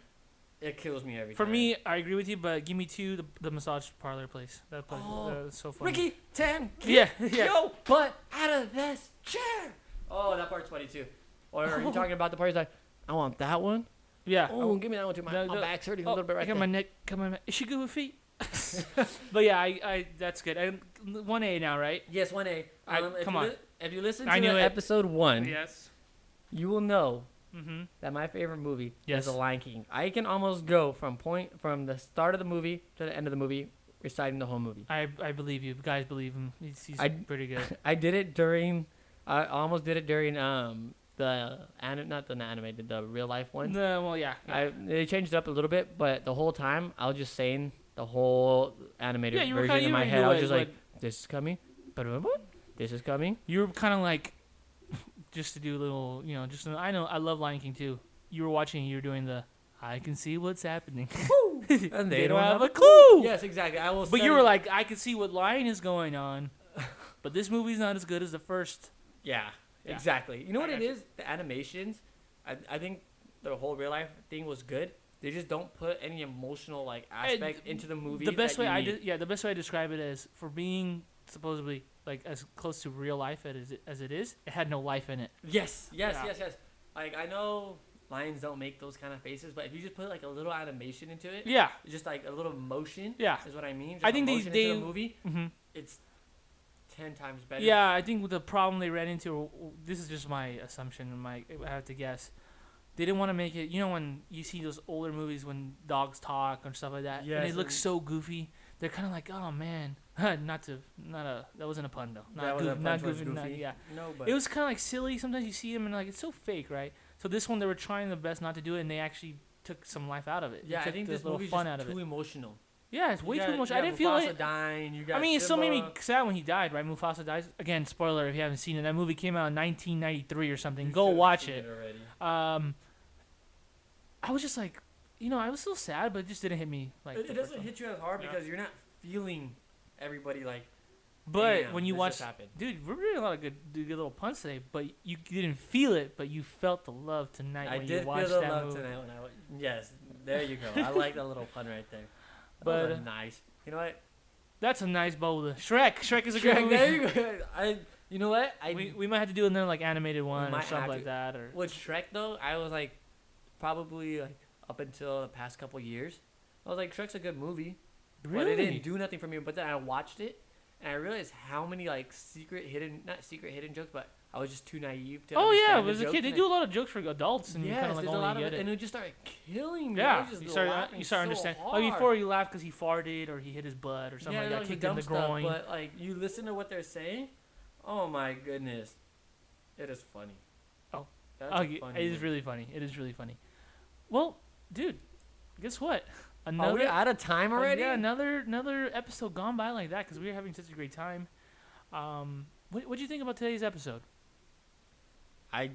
Speaker 2: It kills me every
Speaker 1: For
Speaker 2: time.
Speaker 1: me, I agree with you, but give me two. The, the massage parlor place. That place.
Speaker 2: Oh,
Speaker 1: that was so funny.
Speaker 2: Ricky Tan,
Speaker 1: Yeah, yeah.
Speaker 2: yo, but out of this chair. Oh, that part's funny too. Or are you talking about the part he's like, I want that one?
Speaker 1: Yeah.
Speaker 2: Oh,
Speaker 1: I-
Speaker 2: give me that one too. My,
Speaker 1: No,
Speaker 2: my
Speaker 1: no.
Speaker 2: back's hurting a
Speaker 1: Oh,
Speaker 2: little bit
Speaker 1: I
Speaker 2: right
Speaker 1: got
Speaker 2: there.
Speaker 1: my neck. Got my. Is she good with feet? but yeah, I, I that's good. And one A now, right?
Speaker 2: yes, 1A.
Speaker 1: I-
Speaker 2: Um, if
Speaker 1: come
Speaker 2: you
Speaker 1: on.
Speaker 2: li- if you listen to
Speaker 1: I knew it.
Speaker 2: episode 1,
Speaker 1: Yes.
Speaker 2: you will know
Speaker 1: Mm-hmm.
Speaker 2: that my favorite movie
Speaker 1: Yes.
Speaker 2: is The Lion King. I can almost go from point from the start of the movie to the end of the movie reciting the whole movie.
Speaker 1: I I believe you guys. Believe him. He's, he's
Speaker 2: I-
Speaker 1: pretty good.
Speaker 2: I did it during I almost did it during um the anim- not the animated the real life one.
Speaker 1: no, well, yeah. yeah.
Speaker 2: I they changed it up a little bit, but the whole time I was just saying the whole animated
Speaker 1: Yeah, you were
Speaker 2: version
Speaker 1: kinda-
Speaker 2: in
Speaker 1: you
Speaker 2: my
Speaker 1: were- you
Speaker 2: head. I
Speaker 1: were-
Speaker 2: was just
Speaker 1: you
Speaker 2: like, "This is coming, but this is coming."
Speaker 1: You were kind of like, just to do a little, you know, just I know I love Lion King too. You were watching. You were doing the. I can see what's happening.
Speaker 2: And they don't have
Speaker 1: a clue.
Speaker 2: Yes, exactly. I will.
Speaker 1: But you were like, I can see what line is going on, but this movie's not as good as the first.
Speaker 2: Yeah,
Speaker 1: Yeah.
Speaker 2: exactly. You know
Speaker 1: I
Speaker 2: what it
Speaker 1: gotcha.
Speaker 2: is? The animations. I, I think the whole real life thing was good. They just don't put any emotional like aspect into the movie.
Speaker 1: the best
Speaker 2: that
Speaker 1: way
Speaker 2: you
Speaker 1: I
Speaker 2: need.
Speaker 1: de- yeah, the best way I describe it is for being supposedly like as close to real life as it, as it is, it had no life in it.
Speaker 2: Yes, yes,
Speaker 1: Yeah.
Speaker 2: yes, yes. Like I know lions don't make those kind of faces, but if you just put like a little animation into it,
Speaker 1: Yeah,
Speaker 2: just like a little motion,
Speaker 1: yeah,
Speaker 2: is what I mean.
Speaker 1: I
Speaker 2: just
Speaker 1: think they-
Speaker 2: emotion into
Speaker 1: they-
Speaker 2: the movie.
Speaker 1: hmm
Speaker 2: It's ten times better.
Speaker 1: yeah. I think the problem they ran into, or- or- this is just my assumption, and my I have to guess. They didn't want to make it. You know when you see those older movies when dogs talk and stuff like that, and
Speaker 2: Yes,
Speaker 1: it looks
Speaker 2: and-
Speaker 1: so goofy. They're kind of like, oh man, not to, not a. That wasn't a pun though. Not
Speaker 2: That was
Speaker 1: goof-
Speaker 2: a
Speaker 1: not
Speaker 2: punch was
Speaker 1: goofy, not-
Speaker 2: goofy.
Speaker 1: yeah.
Speaker 2: No, but
Speaker 1: it was kind of like silly. Sometimes you see them and like it's so fake, right? So this one they were trying the best not to do it, and they actually took some life out of it. They
Speaker 2: yeah, I
Speaker 1: took
Speaker 2: think
Speaker 1: the
Speaker 2: this
Speaker 1: little
Speaker 2: movie's
Speaker 1: fun
Speaker 2: just
Speaker 1: out of
Speaker 2: too
Speaker 1: it.
Speaker 2: emotional.
Speaker 1: Yeah, it's
Speaker 2: You
Speaker 1: way
Speaker 2: got-
Speaker 1: too much.
Speaker 2: you
Speaker 1: I
Speaker 2: got
Speaker 1: didn't feel
Speaker 2: Mufasa
Speaker 1: like.
Speaker 2: dying. You got
Speaker 1: I mean, it still made me
Speaker 2: Simba.
Speaker 1: sad when he died, right? Mufasa dies again. Spoiler if you haven't seen it. That movie came out in 1993 or something.
Speaker 2: You
Speaker 1: Go
Speaker 2: should've
Speaker 1: watch
Speaker 2: seen
Speaker 1: it.
Speaker 2: already.
Speaker 1: Um, I was just like, you know, I was still sad, but it just didn't hit me like.
Speaker 2: It,
Speaker 1: the
Speaker 2: it
Speaker 1: first
Speaker 2: doesn't
Speaker 1: one.
Speaker 2: hit you as hard
Speaker 1: Yeah.
Speaker 2: because you're not feeling everybody like.
Speaker 1: But
Speaker 2: "Damn,
Speaker 1: when you
Speaker 2: this
Speaker 1: watch
Speaker 2: just happened.
Speaker 1: Dude, we're doing a lot of good, good little puns today, but you didn't feel it, but you felt the love tonight
Speaker 2: I
Speaker 1: when
Speaker 2: did
Speaker 1: you
Speaker 2: feel
Speaker 1: watched
Speaker 2: the
Speaker 1: that
Speaker 2: love
Speaker 1: movie.
Speaker 2: tonight when I wa- Yes, there you go. I like that little pun right there. But
Speaker 1: But, uh,
Speaker 2: nice. You know what?
Speaker 1: That's a nice boulder. Shrek. Shrek is a
Speaker 2: Shrek,
Speaker 1: great
Speaker 2: there
Speaker 1: movie.
Speaker 2: you go. I. You know what? I
Speaker 1: We, we might have to do another like animated one or
Speaker 2: might have
Speaker 1: something like
Speaker 2: to.
Speaker 1: that or
Speaker 2: with Shrek though. I was like, probably like up until the past couple years, I was like, Shrek's a good movie, but it didn't do nothing for me. But then I watched it, and I realized how many like secret hidden, not secret hidden jokes, but I was just too naive to.
Speaker 1: oh yeah,
Speaker 2: understand the
Speaker 1: as a
Speaker 2: jokes,
Speaker 1: kid they
Speaker 2: and
Speaker 1: do a lot of jokes for adults and you
Speaker 2: Yes,
Speaker 1: kind of like
Speaker 2: there's
Speaker 1: only
Speaker 2: a lot of
Speaker 1: get
Speaker 2: it,
Speaker 1: it.
Speaker 2: and it just started killing me. I
Speaker 1: yeah,
Speaker 2: was just
Speaker 1: you start
Speaker 2: laughing
Speaker 1: you start
Speaker 2: so
Speaker 1: understanding.
Speaker 2: Hard.
Speaker 1: Like before you laughed because he farted or he hit his butt Oh, or something
Speaker 2: yeah,
Speaker 1: like
Speaker 2: like
Speaker 1: that,
Speaker 2: the
Speaker 1: kicked in
Speaker 2: dumb
Speaker 1: the
Speaker 2: stuff,
Speaker 1: groin.
Speaker 2: but like you listen to what they're saying, oh my goodness, it is funny.
Speaker 1: Oh.
Speaker 2: That's
Speaker 1: Oh,
Speaker 2: a
Speaker 1: y-
Speaker 2: funny
Speaker 1: it is
Speaker 2: movie.
Speaker 1: really funny. It is really funny. Well, dude, guess what?
Speaker 2: Oh, Are we
Speaker 1: Another
Speaker 2: out of time
Speaker 1: Uh,
Speaker 2: already?
Speaker 1: Yeah, another another episode gone by like that because we were having such a great time. Um, what what do you think about today's episode?
Speaker 2: I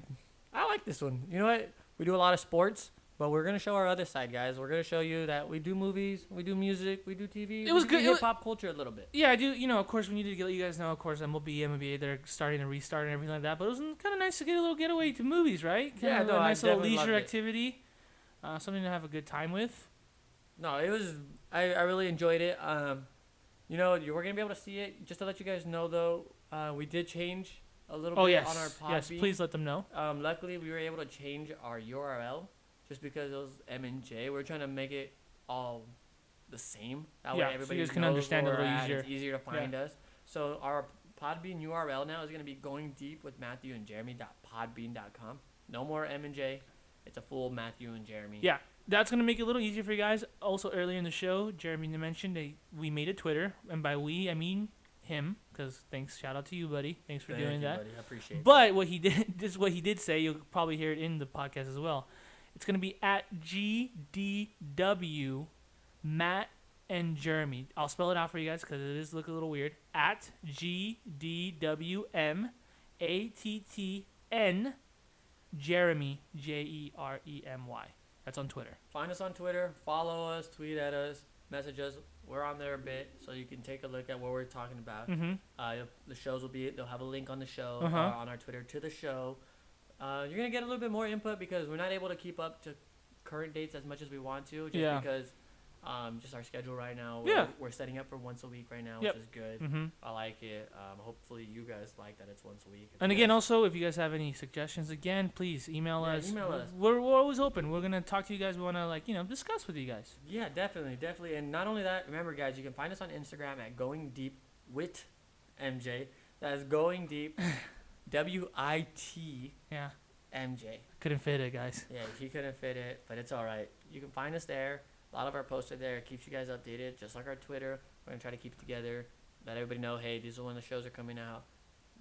Speaker 2: I like this one. You know what? We do a lot of sports, but we're gonna show our other side, guys. We're gonna show you that we do movies, we do music, we do TV.
Speaker 1: It was good- it
Speaker 2: Hip
Speaker 1: was-
Speaker 2: pop culture a little bit.
Speaker 1: Yeah, I do. You know, of course, we needed to let you guys know. Of course, MLB, MLB, they're starting and restarting and everything like that. But it was kind of nice to get a little getaway to movies, right? Kinda
Speaker 2: Yeah,
Speaker 1: a
Speaker 2: no, I
Speaker 1: nice little
Speaker 2: definitely
Speaker 1: leisure
Speaker 2: loved it.
Speaker 1: activity, uh, something to have a good time with.
Speaker 2: No, it was. I, I really enjoyed it. Um, you know, you were gonna be able to see it. Just to let you guys know, though, uh, we did change a little
Speaker 1: Oh
Speaker 2: bit
Speaker 1: yes,
Speaker 2: on our
Speaker 1: yes.
Speaker 2: Podbean.
Speaker 1: Please let them know.
Speaker 2: Um, luckily, we were able to change our URL just because it was M and J. We are trying to make it all the same. That
Speaker 1: Yeah, so
Speaker 2: way,
Speaker 1: you
Speaker 2: everybody
Speaker 1: guys can
Speaker 2: knows
Speaker 1: understand
Speaker 2: where
Speaker 1: it a
Speaker 2: we're
Speaker 1: little
Speaker 2: at,
Speaker 1: easier.
Speaker 2: It's easier to
Speaker 1: Yeah.
Speaker 2: find us. So our Podbean URL now is going to be going deep with Matthew and Jeremy. Podbean.com. No more M and J. It's a full Matthew and Jeremy.
Speaker 1: Yeah. That's gonna make it a little easier for you guys. Also, earlier in the show, Jeremy mentioned that we made a Twitter, and by we I mean him, because thanks, shout out to you, buddy. Thanks for
Speaker 2: Thank
Speaker 1: doing
Speaker 2: you,
Speaker 1: that.
Speaker 2: buddy. I appreciate it.
Speaker 1: But what he did, this is what he did say. You'll probably hear it in the podcast as well. It's gonna be at GDW, Matt and Jeremy. I'll spell it out for you guys because it is look a little weird. At GDWM, A T T N, Jeremy J E R E M Y. That's on Twitter.
Speaker 2: Find us on Twitter, follow us, tweet at us, message us. We're on there a bit, so you can take a look at what we're talking about.
Speaker 1: Mm-hmm.
Speaker 2: Uh, you'll- the shows will be. They'll have a link on the show
Speaker 1: Uh-huh.
Speaker 2: uh, on our Twitter to the show. Uh, you're gonna get a little bit more input because we're not able to keep up to current dates as much as we want to, just
Speaker 1: Yeah.
Speaker 2: because Um, just our schedule right now.
Speaker 1: Yeah.
Speaker 2: We're, we're setting up for once a week right now,
Speaker 1: Yep.
Speaker 2: which is good.
Speaker 1: Mm-hmm.
Speaker 2: I like it. Um, hopefully you guys like that it's once a week. If
Speaker 1: And
Speaker 2: you
Speaker 1: again,
Speaker 2: guys-
Speaker 1: also, if you guys have any suggestions, again, please email
Speaker 2: Yeah,
Speaker 1: us.
Speaker 2: email us.
Speaker 1: We're, we're always open. We're gonna talk to you guys. We wanna like you know discuss with you guys.
Speaker 2: yeah, definitely, definitely. And not only that, remember guys, you can find us on Instagram at going deep with MJ. That's going deep, W I T
Speaker 1: Yeah,
Speaker 2: M J.
Speaker 1: couldn't fit it, guys.
Speaker 2: Yeah, he couldn't fit it, but it's all right. You can find us there. A lot of our posts are there. It keeps you guys updated, just like our Twitter. We're gonna try to keep it together. Let everybody know, hey, these are when the shows are coming out.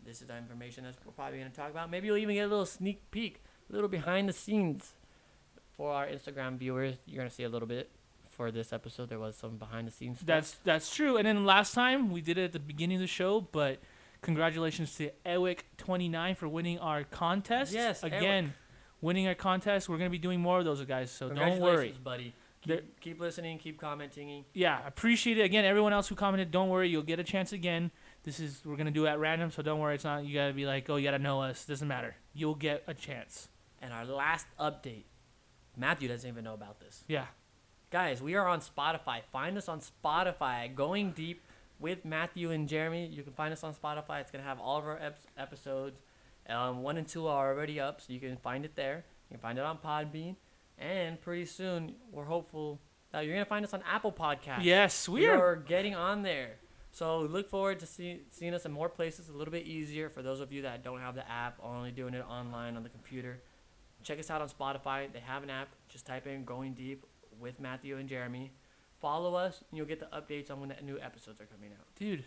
Speaker 2: This is the information that we're probably gonna talk about. Maybe you'll even get a little sneak peek, a little behind the scenes. For our Instagram viewers, you're gonna see a little bit. For this episode, there was some behind the scenes. Stuff.
Speaker 1: That's that's true. And then last time we did it at the beginning of the show, but congratulations to Ewick29 for winning our contest.
Speaker 2: Yes,
Speaker 1: again, winning our contest. We're gonna be doing more of those, guys. So don't worry.
Speaker 2: Congratulations, buddy.
Speaker 1: There-
Speaker 2: Keep, keep listening. Keep commenting.
Speaker 1: yeah, appreciate it. Again, everyone else who commented, don't worry, you'll get a chance again. This is we're gonna do it at random, so don't worry. It's not you gotta be like, oh, you gotta know us. Doesn't matter. You'll get a chance.
Speaker 2: And our last update, Matthew doesn't even know about this.
Speaker 1: Yeah,
Speaker 2: Guys, we are on Spotify. Find us on Spotify. at Going deep with Matthew and Jeremy. You can find us on Spotify. It's gonna have all of our ep- episodes. Um, one and two are already up, so you can find it there. You can find it on Podbean, and pretty soon we're hopeful that you're gonna find us on Apple Podcasts.
Speaker 1: yes,
Speaker 2: we
Speaker 1: we're
Speaker 2: are getting on there. So look forward to see, seeing us in more places. A little bit easier for those of you that don't have the app, only doing it online on the computer. Check us out on Spotify. They have an app. Just type in "Going Deep" with Matthew and Jeremy. Follow us, and you'll get the updates on when the new episodes are coming out.
Speaker 1: dude.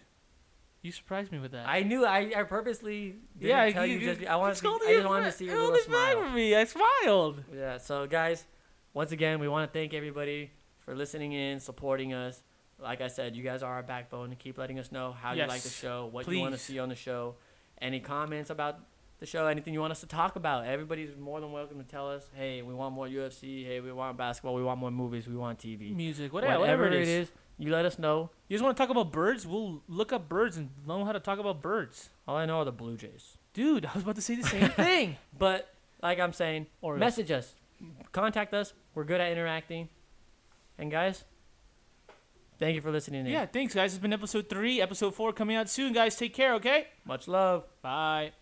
Speaker 1: You surprised me with that.
Speaker 2: I knew I, I purposely didn't
Speaker 1: yeah,
Speaker 2: tell you,
Speaker 1: you,
Speaker 2: just. I wanted
Speaker 1: it's
Speaker 2: to,
Speaker 1: called
Speaker 2: I just
Speaker 1: the-
Speaker 2: wanted to see your
Speaker 1: it
Speaker 2: little
Speaker 1: was fine
Speaker 2: smile.
Speaker 1: with me. I smiled.
Speaker 2: Yeah. So guys, once again, we want to thank everybody for listening in, supporting us. Like I said, you guys are our backbone. Keep letting us know how you like the
Speaker 1: Yes,
Speaker 2: show, what you want to
Speaker 1: please.
Speaker 2: see on the show, any comments about the show, anything you want us to talk about. Everybody's more than welcome to tell us. Hey, we want more UFC. Hey, we want basketball. We want more movies. We want TV.
Speaker 1: Music, whatever, whatever it is.
Speaker 2: you let us know.
Speaker 1: You just want to talk about birds? We'll look up birds and learn how to talk about birds.
Speaker 2: All I know are the Blue Jays.
Speaker 1: Dude, I was about to say the same thing.
Speaker 2: But like I'm saying,
Speaker 1: Orioles.
Speaker 2: message us, contact us. We're good at interacting. And guys, thank you for listening. in.
Speaker 1: Yeah, thanks, guys. It's been episode three. Episode four coming out soon, guys. Take care, okay?
Speaker 2: Much love.
Speaker 1: Bye.